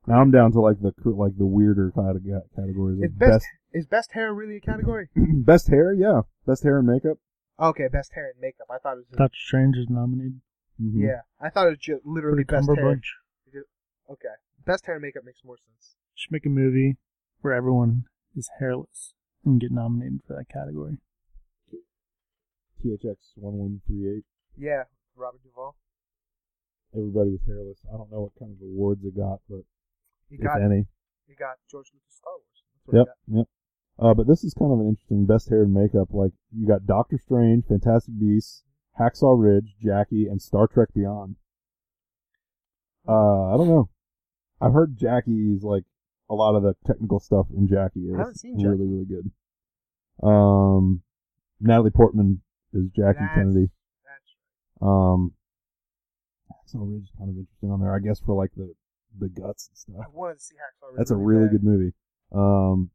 S1: Now I'm down to like the cr- like the weirder kind of ga- categories.
S2: Is
S1: Like
S2: best, is best hair really a category?
S1: best [clears throat] best hair, yeah. Best hair and makeup.
S2: okay, best hair and makeup. I thought it was. Just,
S3: Doctor Strange is nominated
S1: Mhm.
S2: yeah, I thought it was just
S3: for
S2: literally
S3: the
S2: best hair.
S3: Cumberbatch.
S2: Okay, best hair and makeup makes more sense.
S3: Should make a movie where everyone is hairless and get nominated for that category.
S1: THX one one three eight.
S2: Yeah, Robert Duvall.
S1: Everybody was hairless. I don't know what kind of awards it got, but
S2: You
S1: if
S2: got
S1: any.
S2: you got George Lucas Star Wars. That's what he
S1: Yep,
S2: got.
S1: yep. Uh, but this is kind of an interesting best hair and makeup. Like you got Doctor Strange, Fantastic Beasts, Hacksaw Ridge, Jackie, and Star Trek Beyond. Uh, I don't know. I've heard Jackie's like a lot of the technical stuff in Jackie is
S2: I haven't seen
S1: really really good. Um, Natalie Portman is Jackie
S2: That's-
S1: Kennedy.
S2: That's
S1: Um, Hacksaw Ridge is kind of interesting on there, I guess, for like the the guts and stuff.
S2: I wanted to see Hacksaw Ridge.
S1: That's a really
S2: bad.
S1: good movie. Um,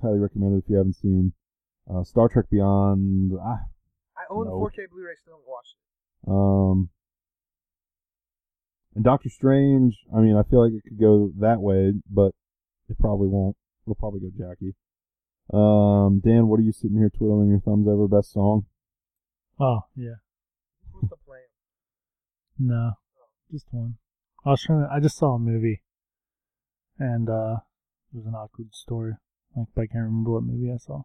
S1: highly recommend it if you haven't seen uh, Star Trek Beyond. Ah,
S2: I own
S1: No.
S2: 4K Blu-ray, still haven't watched it.
S1: um, and Doctor Strange. I mean, I feel like it could go that way, but it probably won't. It'll probably go Jackie. Um, Dan, what are you sitting here twiddling your thumbs over? Best song?
S3: Oh yeah,
S2: Who's the plan?
S3: no, just one. I was trying. To, I just saw a movie, and uh, it was an awkward story. Like, but I can't remember what movie I saw.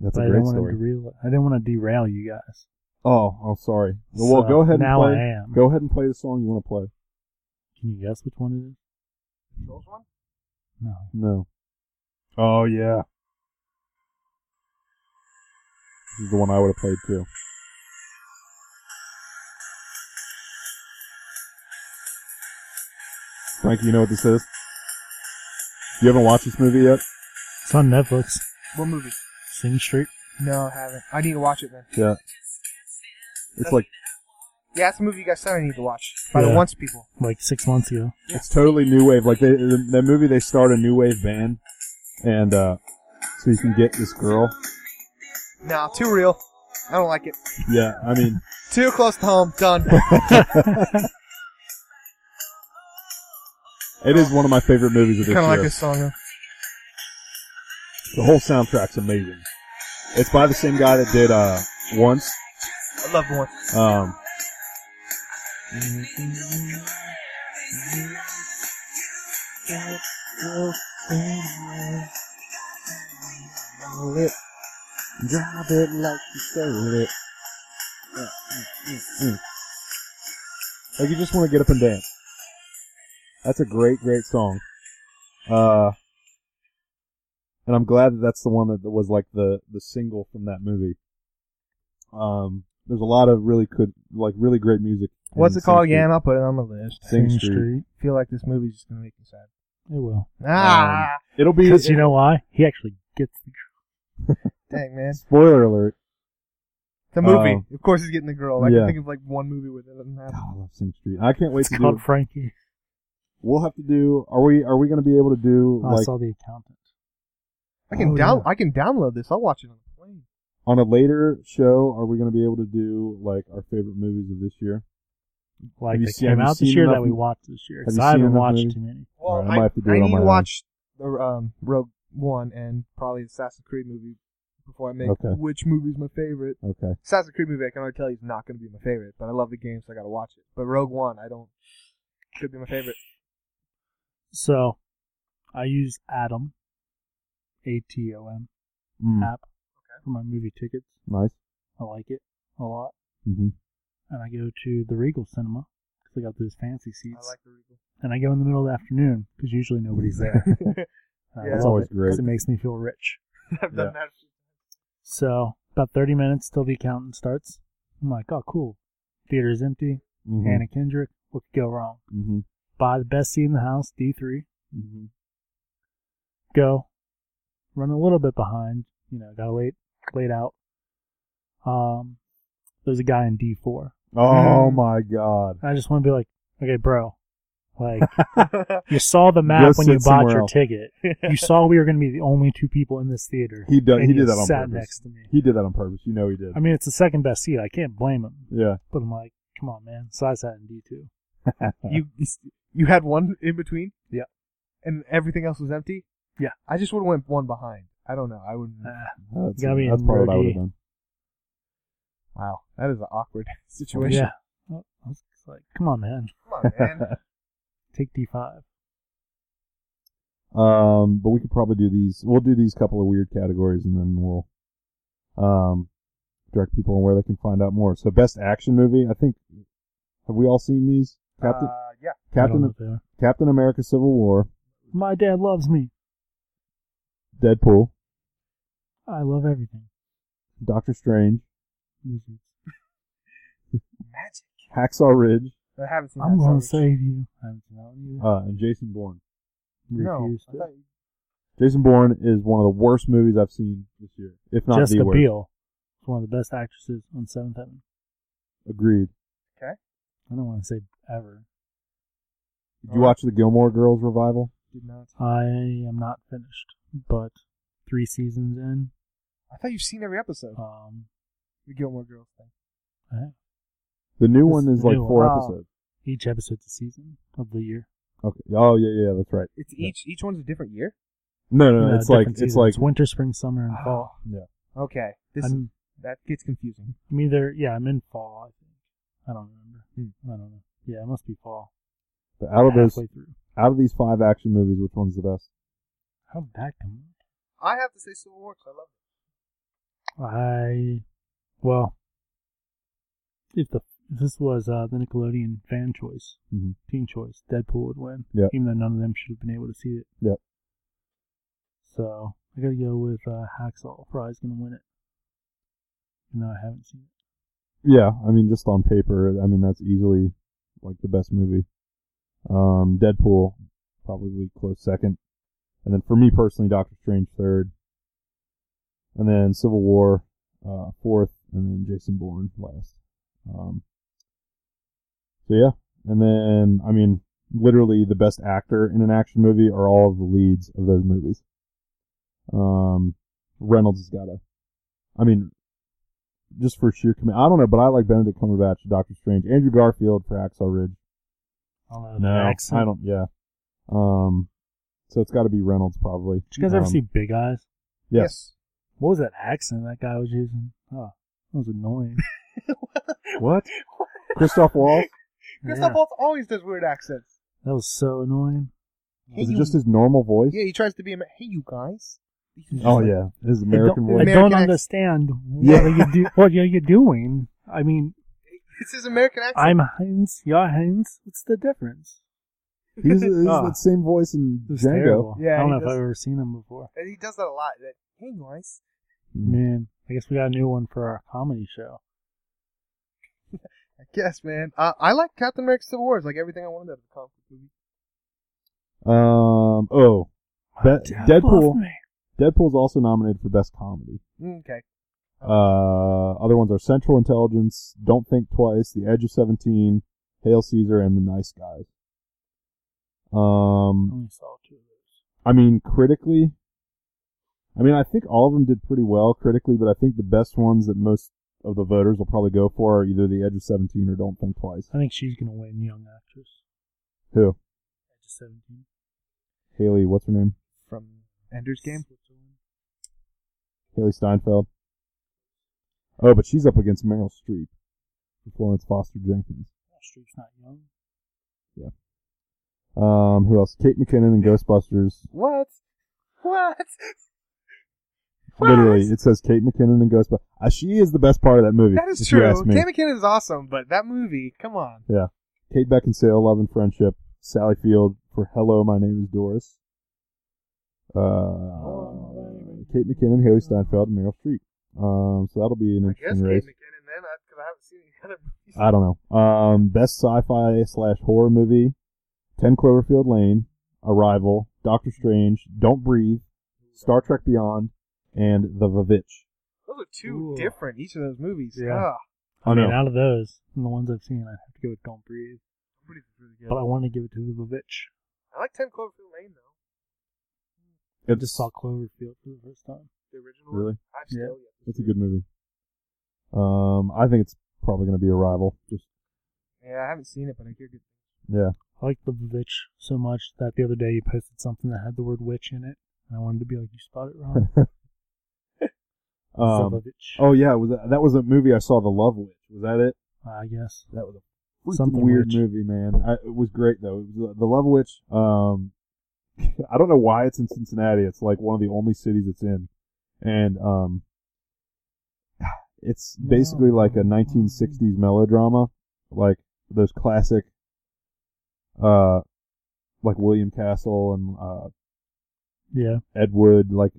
S1: That's
S3: But
S1: a
S3: I didn't
S1: great
S3: want
S1: story.
S3: to derail. I didn't want to derail you guys.
S1: Oh, oh, sorry. well,
S3: So,
S1: go ahead and
S3: now
S1: play.
S3: I am.
S1: Go ahead and play the song you want to play.
S3: Can you guess which one it is?
S2: The Trolls one?
S3: No.
S1: No. Oh yeah. This is the one I would have played too. Frankie, you know what this is? You haven't watched this movie yet?
S3: It's on Netflix.
S2: What movie?
S3: Sing Street.
S2: No, I haven't. I need to watch it then.
S1: Yeah. It's like
S2: Yeah, that's a movie you guys said I need to watch by the
S3: Yeah.
S2: Once people.
S3: Like six months ago.
S1: it's totally new wave. Like they, the, the movie, they start a new wave band, and uh, so you can get this girl.
S2: Nah, too real. I don't like it.
S1: Yeah, I mean,
S2: Too close to home.
S1: [laughs]
S2: Done.
S1: it is one of my favorite movies of this
S2: kind of like
S1: year.
S2: this song. Though.
S1: The whole soundtrack's amazing. It's by the same guy that did uh once.
S2: I love the one.
S1: Um Drive it like you stole it. Like you just want to get up and dance. That's a great, great song. Uh, and I'm glad that that's the one that was like the the single from that movie. Um, there's a lot of really good, like really great music. in
S2: What's it called
S1: Sing Street.
S2: again? I'll put it on my list.
S1: Sing Street.
S2: I feel like this movie's just gonna make me sad.
S3: It will.
S2: Ah,
S1: It'll be
S3: Because you know why? He actually gets the
S2: dang man.
S1: spoiler alert.
S2: The movie.
S1: Um,
S2: of course, he's getting the girl. I
S1: yeah.
S2: can think of like one movie with it. and that.
S1: God, I love Sing Street. I can't wait
S3: It's
S1: to
S3: called
S1: do. it.
S3: Frankie.
S1: We'll have to do. Are we? Are we going to be able to do
S3: Oh, I
S1: like
S3: saw the accountant.
S2: I can
S1: Oh,
S2: down.
S1: yeah.
S2: I can download this. I'll watch it on the plane.
S1: on a later show? Are we going to be able to do like our favorite movies of this year?
S3: Like
S1: Have you
S3: that
S1: seen-
S3: came
S1: have you
S3: out this
S1: seen
S3: year
S1: enough-
S3: that we watched this year.
S1: have
S3: Because
S1: you
S3: I
S1: seen
S3: haven't
S1: enough
S3: watched
S1: movies?
S3: too many.
S2: Well,
S1: Alright, I
S2: I,
S1: might have to do
S2: I
S1: it on
S2: need
S1: my
S2: to
S1: own.
S2: watch the um, Rogue One and probably the Assassin's Creed movie before I make
S1: Okay.
S2: which movie's my favorite.
S1: Okay.
S2: Assassin's Creed movie, I can already tell you, is not going to be my favorite, but I love the game, so I got to watch it. But Rogue One, I don't. Could be my favorite.
S3: So I use Atom, A T O M
S1: Mm,
S3: app for my movie tickets.
S1: nice.
S3: I like it a lot,
S1: hmm
S3: and I go to the Regal Cinema because I got those fancy seats,
S2: I like the Regal. [laughs]
S3: and I go in the middle of the afternoon because usually
S1: [laughs]
S3: nobody's there. And I
S2: Yeah.
S1: That's
S3: love
S1: always
S3: it 'cause
S1: great.
S3: It makes me feel rich.
S2: [laughs] I've done that.
S3: So about 30 minutes till the accountant starts. I'm like, oh, cool. Theater's empty.
S1: hmm
S3: Anna Kendrick. What could go wrong?
S1: hmm
S3: Buy the best seat in the house, D3.
S1: hmm
S3: Mm-hmm. Go. Run a little bit behind. You know, got late, laid out. Um, there's a guy in D4.
S1: Oh
S2: Mm.
S1: my god.
S3: I just want to be like, okay, bro.
S1: [laughs]
S3: Like,
S2: [laughs] before.
S3: you saw the
S1: Go
S3: map when you
S1: sit
S3: bought
S1: somewhere
S3: your
S1: else. [laughs]
S3: ticket. You saw we were going to be the only two people in this theater.
S1: He did.
S3: and
S1: He
S3: you
S1: did that on
S3: sat
S1: purpose.
S3: next to me.
S1: He did that on purpose. You know he did.
S3: I mean, it's the second best seat. I can't blame him.
S1: yeah.
S3: But I'm like, Come on, man. Size that in D two.
S2: you you had one in between.
S3: Yeah.
S2: And everything else was empty.
S3: Yeah.
S2: I just would have went one behind. I don't know. I wouldn't.
S1: That's,
S3: Gotta be
S1: that's
S3: in
S1: probably what I
S3: row
S1: would
S3: D.
S1: have done.
S2: wow, that is an awkward [laughs] situation.
S3: yeah. Oh, I was like, come on, man.
S2: Come on, [laughs] man.
S3: Take D five.
S1: Um, but we could probably do these. We'll do these couple of weird categories, and then we'll um direct people on where they can find out more. So, best action movie. I think have we all seen these? Captain
S2: Uh, yeah.
S1: Captain Captain America: Civil War,
S3: My dad loves me.
S1: Deadpool,
S3: I love everything.
S1: Doctor Strange,
S3: Wizards.
S2: Magic.
S1: Hacksaw Ridge,
S2: I haven't seen.
S3: I'm
S2: that
S3: gonna
S2: so much.
S3: save you. I haven't seen that one either.
S1: uh, and Jason Bourne.
S2: No,
S3: Refused
S2: I
S3: it.
S2: thought you-
S1: Jason Bourne is one of the worst movies I've seen this year, if not
S3: Jessica
S1: the worst.
S3: Biel is one of the best actresses on Seventh Heaven.
S1: Agreed.
S3: I don't want to say ever.
S1: Did you watch the Gilmore Girls revival?
S2: did not.
S3: I am not finished, but three seasons in.
S2: I thought you've seen every episode.
S3: Um,
S2: The Gilmore Girls thing.
S1: The new
S3: This
S1: one
S3: is
S1: is
S3: the
S1: like
S3: new one.
S1: four
S2: Ah.
S1: episodes.
S3: each episode's a season of the year.
S1: Okay. Oh yeah, yeah, that's right.
S2: It's
S1: Yeah.
S2: each each one's a different year.
S1: No, no, no
S3: No,
S1: Uh, it's like
S3: different
S1: it's
S3: seasons.
S1: like
S3: winter, spring, summer, and fall.
S1: yeah.
S2: Okay. Ah, This is,
S3: I'm,
S2: that gets confusing.
S3: I'm either yeah, I'm in fall. I think I don't remember.
S2: Hmm.
S3: I don't know. Yeah, it must be fall.
S1: But out of those,
S3: halfway through.
S1: out of these five action movies, which one's the best?
S3: How did that come? up?
S2: I have to say Civil War because I love
S3: I, well, if the if this was uh, the Nickelodeon fan choice,
S1: Mhm.
S3: teen choice, Deadpool would win.
S1: Yeah.
S3: Even though none of them should have been able to see it.
S1: Yep.
S3: So I gotta go with uh, Hacksaw. Fry's gonna win it. No, I haven't seen it.
S1: Yeah, I mean, just on paper, I mean that's easily like the best movie. Um, Deadpool probably close second, and then for me personally, Doctor Strange third, and then Civil War uh, fourth, and then Jason Bourne last. Um, so yeah, and then I mean, literally the best actor in an action movie are all of the leads of those movies. Um, Reynolds has got to. I mean, just for sheer commit. I don't know, but I like Benedict Cumberbatch, Doctor Strange, Andrew Garfield for Axel Ridge.
S3: I don't know. the accent.
S1: I don't. Yeah. Um. So it's got to be Reynolds, probably.
S3: Did you guys ever
S1: Um,
S3: see Big Eyes?
S1: Yes.
S3: What was that accent that guy was using? Oh, that
S2: [laughs]
S3: was annoying.
S1: What? Christoph Waltz?
S2: Christoph
S3: Yeah,
S2: Waltz always does weird accents.
S3: that was so annoying.
S2: Hey,
S1: Is it
S2: you-
S1: just his normal voice?
S2: Yeah, he tries to be a ma- hey you guys. He's just
S1: Oh
S2: like-
S1: yeah, his
S3: I don't,
S1: American
S3: I
S1: voice.
S3: [laughs]
S2: Ameri-
S3: don't
S2: American ac-
S3: understand
S1: Yeah.
S3: what are you do, what are you doing? I mean,
S2: It's his American accent.
S3: I'm Heinz, you're Heinz. What's the difference?
S1: He's, he's
S3: Ah.
S1: the same voice in
S3: It was
S1: Django.
S3: terrible.
S2: Yeah,
S3: I don't
S2: he
S3: know if
S2: does-
S3: I've ever seen him before.
S2: and he does that a lot. That hey you guys.
S1: Hmm. Mm.
S3: Man, I guess we got a new one for our comedy show.
S2: I guess, man. Uh, I like Captain America: Civil War. It's like everything I wanted out of a comic book movie.
S1: Um. Oh, That-
S3: Dad
S1: Deadpool.
S3: loved me.
S1: Deadpool's also nominated for best comedy.
S2: Mm, okay.
S1: Uh, other ones are Central Intelligence, Don't Think Twice, The Edge of Seventeen, Hail Caesar, and The Nice Guys.
S3: I
S1: Um,
S3: only saw two of those.
S1: I mean, critically, I mean, I think all of them did pretty well critically, but I think the best ones that most of the voters will probably go for are either The Edge of Seventeen or Don't Think Twice.
S3: I think she's gonna win Young Actress.
S1: Who?
S3: Age of Seventeen.
S1: Haley, what's her name?
S2: From Ender's Game.
S3: Switzerland.
S1: Haley Steinfeld. Oh, but she's up against Meryl Streep for Florence Foster Jenkins.
S3: Oh, Streep's not young.
S1: Um, who else? Kate McKinnon in Ghostbusters.
S2: What? What? [laughs]
S1: Literally,
S2: What?
S1: it says Kate McKinnon in Ghostbusters. Uh, she is the best part of that movie.
S2: That is
S1: if you
S2: true.
S1: ask me.
S2: Kate McKinnon is awesome, but that movie, come on.
S1: Kate Beckinsale, Love and Friendship. Sally Field for Hello, My Name is Doris. Uh, Kate McKinnon, Haley Steinfeld, and Meryl Streep. Um, so that'll be an
S2: I guess
S1: interesting race.
S2: Kate McKinnon then, because I haven't seen any other movies. [laughs]
S1: I don't know. Um, best sci-fi slash horror movie: Ten Cloverfield Lane, Arrival, Doctor Strange, Don't Breathe, Star Trek Beyond, and The Vavitch.
S2: those are two
S3: Ooh.
S2: different, each of those movies.
S3: Yeah.
S2: Ah,
S3: I
S1: Oh,
S3: mean,
S1: no.
S3: out of those, and the ones I've seen, I'd have to go with Don't Breathe.
S2: somebody's really good.
S3: But I want to give it to Lubavitch.
S2: I like 10 Cloverfield Lane, though.
S3: I just saw Cloverfield for the first time.
S2: The original
S1: Really?
S2: one. I've still yet.
S1: That's a good movie. Um, I think it's probably going to be Arrival. Just
S2: Yeah, I haven't seen it, but I hear good.
S1: Yeah.
S3: I like the witch so much that the other day you posted something that had the word witch in it, and I wanted to be like, you spelled it
S1: [laughs]
S3: wrong.
S1: Um,
S3: Zovich,
S1: oh yeah, was that, that was a movie I saw, The Love Witch. Was that it?
S3: I guess.
S1: That was a freaking
S3: Something
S1: weird
S3: witch.
S1: movie, man. I, it was great though. It was uh, the, the Love Witch. Um, [laughs] I don't know why it's in Cincinnati. It's like one of the only cities it's in, and um, it's basically like a 1960s melodrama, like those classic, uh, like William Castle and uh,
S3: Yeah.
S1: Ed Wood, like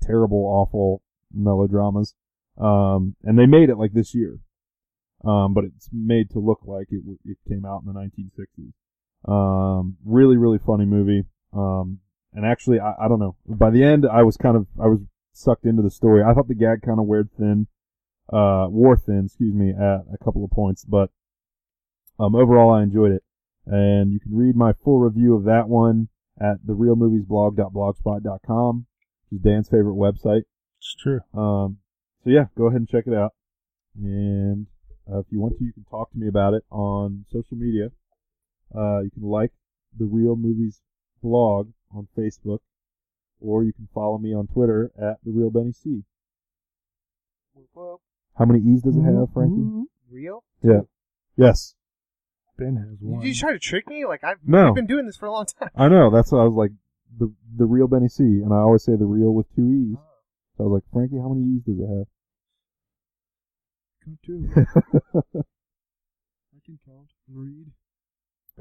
S1: terrible, awful melodramas. Um, and they made it like this year. Um, but it's made to look like it, w- it came out in the 1960s. Um, really, really funny movie. Um, and actually, I, I don't know. By the end, I was kind of, I was sucked into the story. I thought the gag kind of weared thin, uh, wore thin, excuse me, at a couple of points, but, um, overall, I enjoyed it. And you can read my full review of that one at therealmoviesblog.blogspot.com, which is Dan's favorite website.
S3: It's true.
S1: Um, so yeah, go ahead and check it out. And uh, if you want to, you can talk to me about it on social media. Uh, you can like the Real Movies blog on Facebook, or you can follow me on Twitter at the Real Benny C.
S2: Whoop, whoop.
S1: How many E's does it
S3: Mm-hmm.
S1: have, Frankie?
S2: Real?
S1: Yeah. Yes,
S3: Ben has
S2: Did
S3: one.
S2: you try to trick me? Like I've,
S1: No.
S2: I've been doing this for a long time. [laughs]
S1: I know. That's why I was like the the Real Benny C, and I always say the Real with two E's. So I was like, Frankie, how many E's does it have?
S2: Come to. I can count and read.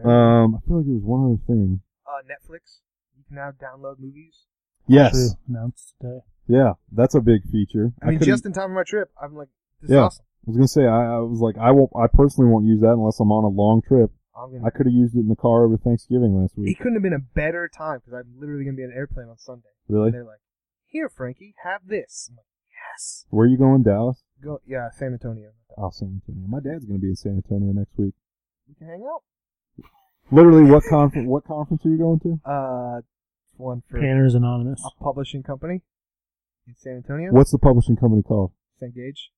S1: Um, I feel like there was one other thing.
S2: uh, Netflix. You can now download movies.
S1: Yes.
S3: True. Announced today.
S1: Yeah, that's a big feature.
S2: I mean,
S1: couldn't-
S2: just in time for my trip. I'm like, this
S1: Yeah.
S2: is awesome.
S1: I was gonna say I, I was like I won't. I personally won't use that unless I'm on a long trip.
S2: I'm gonna.
S1: I could have used it in the car over Thanksgiving last
S2: it
S1: week.
S2: couldn't have been a better time because I'm literally gonna be on an airplane on Sunday.
S1: Really?
S2: And they're like, "Here, Frankie, have this." I'm like, "Yes."
S1: Where are you going, Dallas?
S2: Go, yeah, San Antonio.
S1: Oh, San Antonio. My dad's gonna be in San Antonio next week.
S2: We can hang out.
S1: Literally, what conference? what conference are you going to?
S2: Uh, one for
S3: Panner's Anonymous. [laughs]
S2: a publishing company in San Antonio.
S1: What's the publishing company called?
S2: San Gage?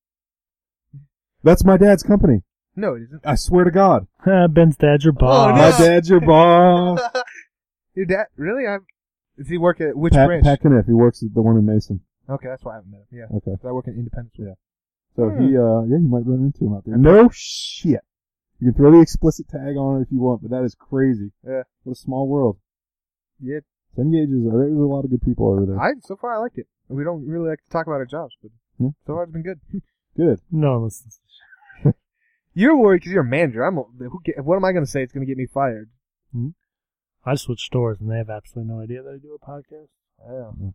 S1: That's my dad's company.
S2: No, it isn't.
S1: I swear to God,
S3: Ah, Ben's dad's your boss.
S1: my
S2: no.
S1: dad's your boss.
S2: [laughs] Your dad really? I. Does he work at which
S1: Pat,
S2: branch?
S1: Pat Kniff, He works at the one in Mason.
S2: Okay, that's why I haven't met him. Yeah,
S1: Okay.
S2: 'Cause I work in Independence.
S1: Yeah. So
S2: Hmm.
S1: he, uh, yeah, you might run into him out there. No shit. You can throw the explicit tag on it if you want, but that is crazy.
S2: Yeah.
S1: What a small world.
S2: Yeah,
S1: Ten gauges. uh, There's a lot of good people over there.
S2: I so far I liked it. We don't really like to talk about our jobs, but
S1: Hmm.
S2: so far it's been good.
S1: Good.
S3: No, listen.
S2: You're worried because you're a manager. I'm. A, who? ca- What am I going to say? It's going to get me fired.
S3: I switched stores and they have absolutely no idea that I do a podcast.
S2: Yeah.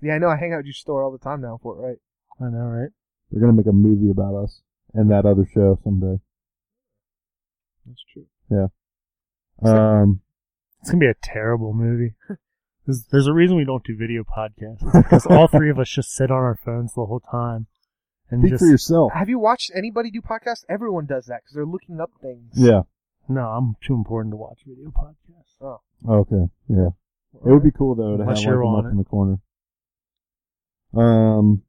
S2: Yeah, I know. I hang out at your store all the time now for it, right?
S3: I know, right?
S1: They're gonna make a movie about us and that other show someday.
S2: That's true.
S1: Um,
S3: It's gonna be a
S2: [laughs]
S3: terrible movie. There's, there's a reason we don't do video podcasts because all three of us just sit on our phones the whole time and
S1: speak
S3: just
S1: for yourself.
S2: Oh. Have you watched anybody do podcasts? Everyone does that because they're looking up things.
S1: Yeah.
S3: no. I'm too important to watch video podcasts.
S2: Oh.
S1: Okay. Yeah. It would be cool though to
S3: Unless
S1: have
S3: you're
S1: like, them
S3: on
S1: up
S3: it.
S1: in the corner. Um,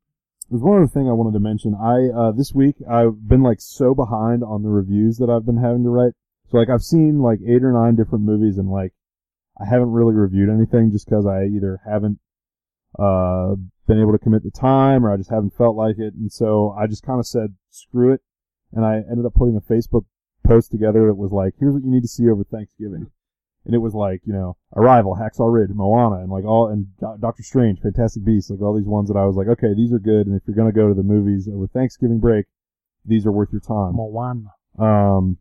S1: there's one other thing I wanted to mention. I uh, this week I've been like so behind on the reviews that I've been having to write. So like I've seen like eight or nine different movies and like I haven't really reviewed anything just because I either haven't uh been able to commit the time or I just haven't felt like it. And so I just kind of said screw it, and I ended up putting a Facebook post together that was like, here's what you need to see over Thanksgiving and it was like you know Arrival, Hacksaw Ridge, Moana, and like all and Do- Doctor Strange, Fantastic Beasts, like all these ones that I was like, okay, these are good, and if you're gonna go to the movies over Thanksgiving break, these are worth your time. [laughs]
S3: Moana.
S1: Um,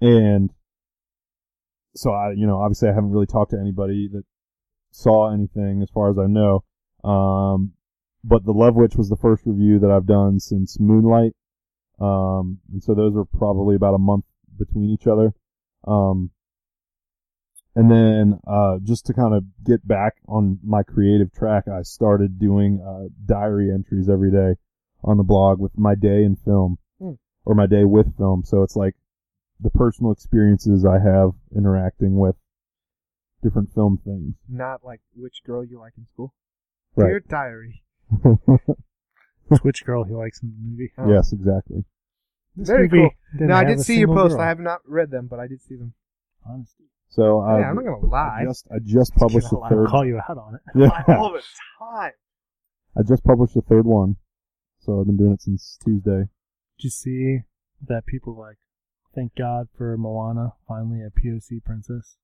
S1: and so I, you know, obviously I haven't really talked to anybody that saw anything as far as I know. Um, but The Love Witch was the first review that I've done since Moonlight. Um, and so those are probably about a month between each other. Um, and then, uh, just to kind of get back on my creative track, I started doing, uh, diary entries every day on the blog with my day in film or my day with film. So it's like the personal experiences I have interacting with different film things. [laughs]
S2: Not like which girl you like in school.
S1: Right.
S2: Dear diary.
S3: Which girl he likes in the movie?
S2: Oh.
S1: Yes, exactly.
S3: This
S2: Very
S3: movie
S2: cool.
S3: didn't
S2: No, I
S3: have
S2: did
S3: a
S2: see your
S3: single
S2: post.
S3: girl.
S2: I have not read them, but I did see them.
S3: Honestly,
S1: So I,
S2: yeah, I'm not gonna lie.
S1: Uh, I
S2: [laughs]
S1: [laughs] just I just published the
S2: I'll
S1: third.
S3: I'll call you out on it. [laughs]
S2: I
S1: [laughs] Yeah,
S2: all the time.
S1: I just published the third one. So I've been doing it since Tuesday.
S3: Did you see that people like, thank God for Moana, finally a POC princess?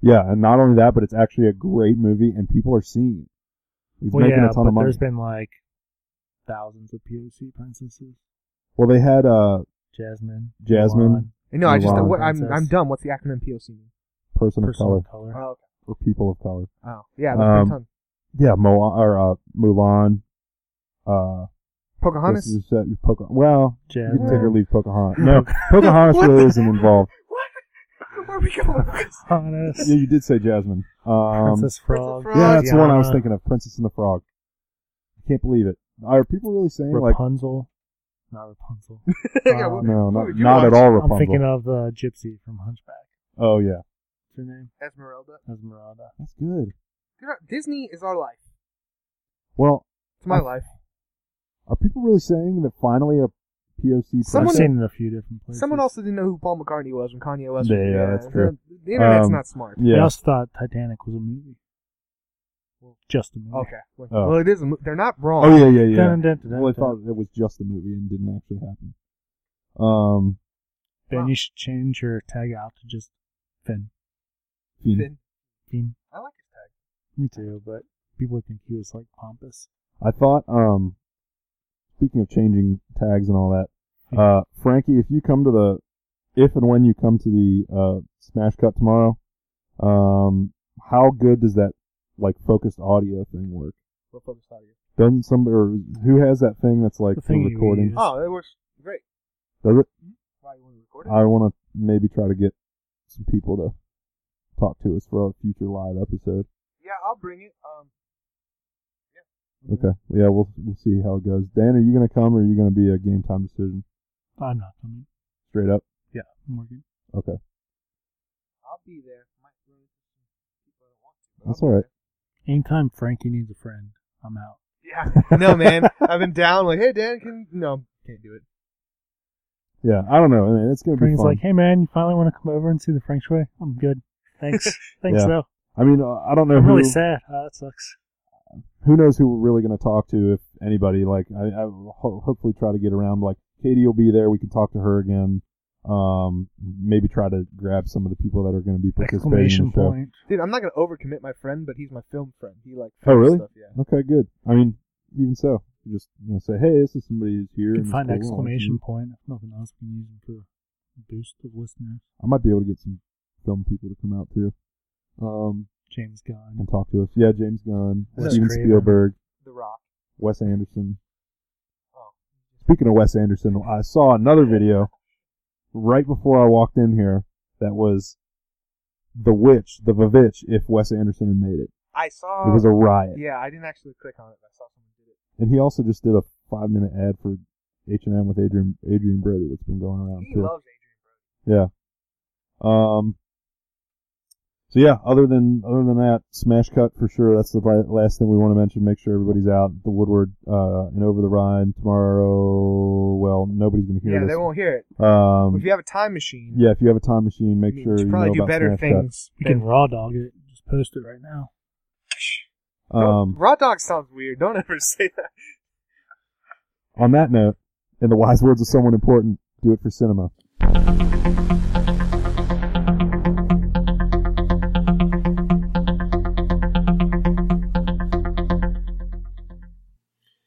S1: Yeah, and not only that, but it's actually a great movie, and people are seeing it. It's
S3: well,
S1: making
S3: yeah,
S1: a ton
S3: but
S1: of money.
S3: there's been like thousands of POC princesses.
S1: Well, they had uh,
S3: Jasmine,
S1: Jasmine,
S3: Mulan,
S2: No, I just
S1: Mulan
S2: what, I'm
S3: Princess.
S2: I'm dumb. What's the acronym POC? mean?
S1: person of
S3: person
S1: color
S3: of color.
S2: Oh,
S1: or people of color.
S2: oh, yeah, there's been
S1: Um,
S2: a ton.
S1: Yeah, Moan or uh, Mulan. Uh, this
S2: Pocahontas.
S1: is, uh, Poca- well, you can take or
S3: Jasmine,
S1: leave Pocahontas. No, Pocahontas
S2: [laughs] What
S1: really
S2: the-
S1: isn't involved.
S2: What? [laughs] Where are we going?
S1: [laughs] Uh,
S2: with this?
S3: Pocahontas,
S1: Yeah, you did say Jasmine. Um,
S3: Princess Frog,
S2: Frog.
S1: yeah, that's the one I was
S3: Tiana,
S1: thinking of, Princess and the Frog. I can't believe it. Are people really saying like
S3: Rapunzel, not Rapunzel.
S2: [laughs] Yeah,
S3: Um,
S2: what-
S1: no,
S2: Who
S1: not,
S2: would you
S1: not
S2: watch?
S1: at all
S3: I'm thinking
S1: [laughs] Rapunzel?
S3: of the gypsy from Hunchback.
S1: Oh yeah,
S3: What's her name?
S2: Esmeralda.
S3: Esmeralda.
S1: that's good.
S2: They're not- Disney is our life.
S1: Well,
S2: It's my
S1: I-
S2: life.
S1: are people really saying that finally a POC?
S2: Someone-
S3: I've
S1: person-
S3: seen it in a few different places.
S2: Someone also didn't know who Paul McCartney was when Kanye West.
S1: Yeah,
S2: was-
S1: yeah, that's true.
S2: The, the internet's
S1: Um,
S2: not smart.
S3: I
S1: yeah,
S3: also thought Titanic was a movie. Well, just a movie.
S2: Okay. Well,
S1: Oh.
S2: well, it is. a mo- They're not wrong.
S1: oh yeah, yeah, yeah.
S3: Dun, dun, dun, dun,
S1: Well, I
S3: dun.
S1: thought it was just a movie and didn't actually happen. Um,
S3: Then you should change your tag out to just Finn.
S1: Finn.
S2: Finn.
S3: Finn.
S2: I like his tag.
S3: Me too, but people would think he was like pompous.
S1: I thought, um, speaking of changing tags and all
S3: [laughs]
S1: that, uh, Frankie, if you come to the, if and when you come to the, uh, Smash Cut tomorrow, um, how good does that, like, focused audio thing work?
S2: We'll focus on you.
S1: Doesn't some, or who has that thing that's like
S3: The
S1: for
S3: thing you
S1: recording?
S3: use.
S2: Oh, it works great.
S1: Does it?
S2: Why you want to record it?
S1: I want to maybe try to get some people to talk to us for a future live episode.
S2: yeah, I'll bring it. Um,
S1: Okay. Yeah, we'll, we'll see how it goes. Dan, are you going to come or are you going to be a game time decision?
S3: I'm not coming.
S1: Straight up?
S3: I'm working.
S1: Okay.
S2: I'll be there. Might run into some people I don't want to. but
S1: That's
S2: I'll be
S1: all right.
S3: Anytime Frankie needs a friend, I'm out.
S2: there. Yeah.
S1: [laughs]
S2: No, man. I've been down. Like, hey, Dan, can no, can't do it.
S1: Yeah, I don't know. I mean, it's going to be
S3: Frankie's
S1: fun.
S3: like, hey man, you finally want to come over and see the Frank Shui? I'm good. Thanks.
S1: [laughs]
S3: Thanks
S1: Yeah.
S3: though.
S1: I mean, uh, I don't know
S3: I'm
S1: who,
S3: really sad. Ah, that sucks.
S1: who knows who we're really going to talk to, if anybody. Like, I, I will ho- hopefully try to get around. Like, Katie will be there. We can talk to her again. Um, maybe try to grab some of the people that are going to be participating in
S3: Exclamation
S1: the show.
S3: point.
S2: Dude, I'm not gonna overcommit my friend, but he's my film friend. He like.
S1: Oh, really?
S2: Stuff, yeah.
S1: Okay, good. I mean, even so, you just you know, say, hey, this is somebody who's here.
S3: You
S1: and
S3: can
S1: it's
S3: find
S1: cool.
S3: exclamation point. If nothing else, we can use them for a boost of listeners.
S1: I might be able to get some film people to come out too. Um,
S3: James Gunn.
S1: and talk to us. Yeah, James Gunn,
S3: Wes
S1: Steven
S3: Craven.
S1: Spielberg,
S2: The Rock.
S1: Wes Anderson.
S2: Oh.
S1: Speaking of Wes Anderson, I saw another video right before I walked in here that was The Witch, The Vavitch, if Wes Anderson had made it.
S2: I saw.
S1: It was a riot.
S2: Yeah, I didn't actually click on it. but I saw someone did it.
S1: And he also just did a five minute ad for H&M with Adrian, Adrian Brody that's been going around
S2: He
S1: too.
S2: loves
S1: Yeah.
S2: Adrian Brody.
S1: Um. So yeah, other than other than that, smash cut for sure. That's the la- last thing we want to mention. Make sure everybody's out. The Woodward uh, and over the Rhine tomorrow. Well, nobody's gonna hear
S2: Yeah,
S1: this.
S2: they won't hear it.
S1: Um.
S2: if you have a time machine,
S1: yeah, if you have a time machine, make
S2: I mean,
S1: sure
S2: you
S1: you
S2: could probably
S1: know
S2: do
S1: about
S2: better
S1: smash [laughs]
S2: things.
S3: You
S2: than-
S3: can raw dog it. Just post it right now.
S1: Cut. Um.
S2: raw dog sounds weird. Don't [laughs] ever say that.
S1: On that note, in the wise words of someone important, do it for cinema.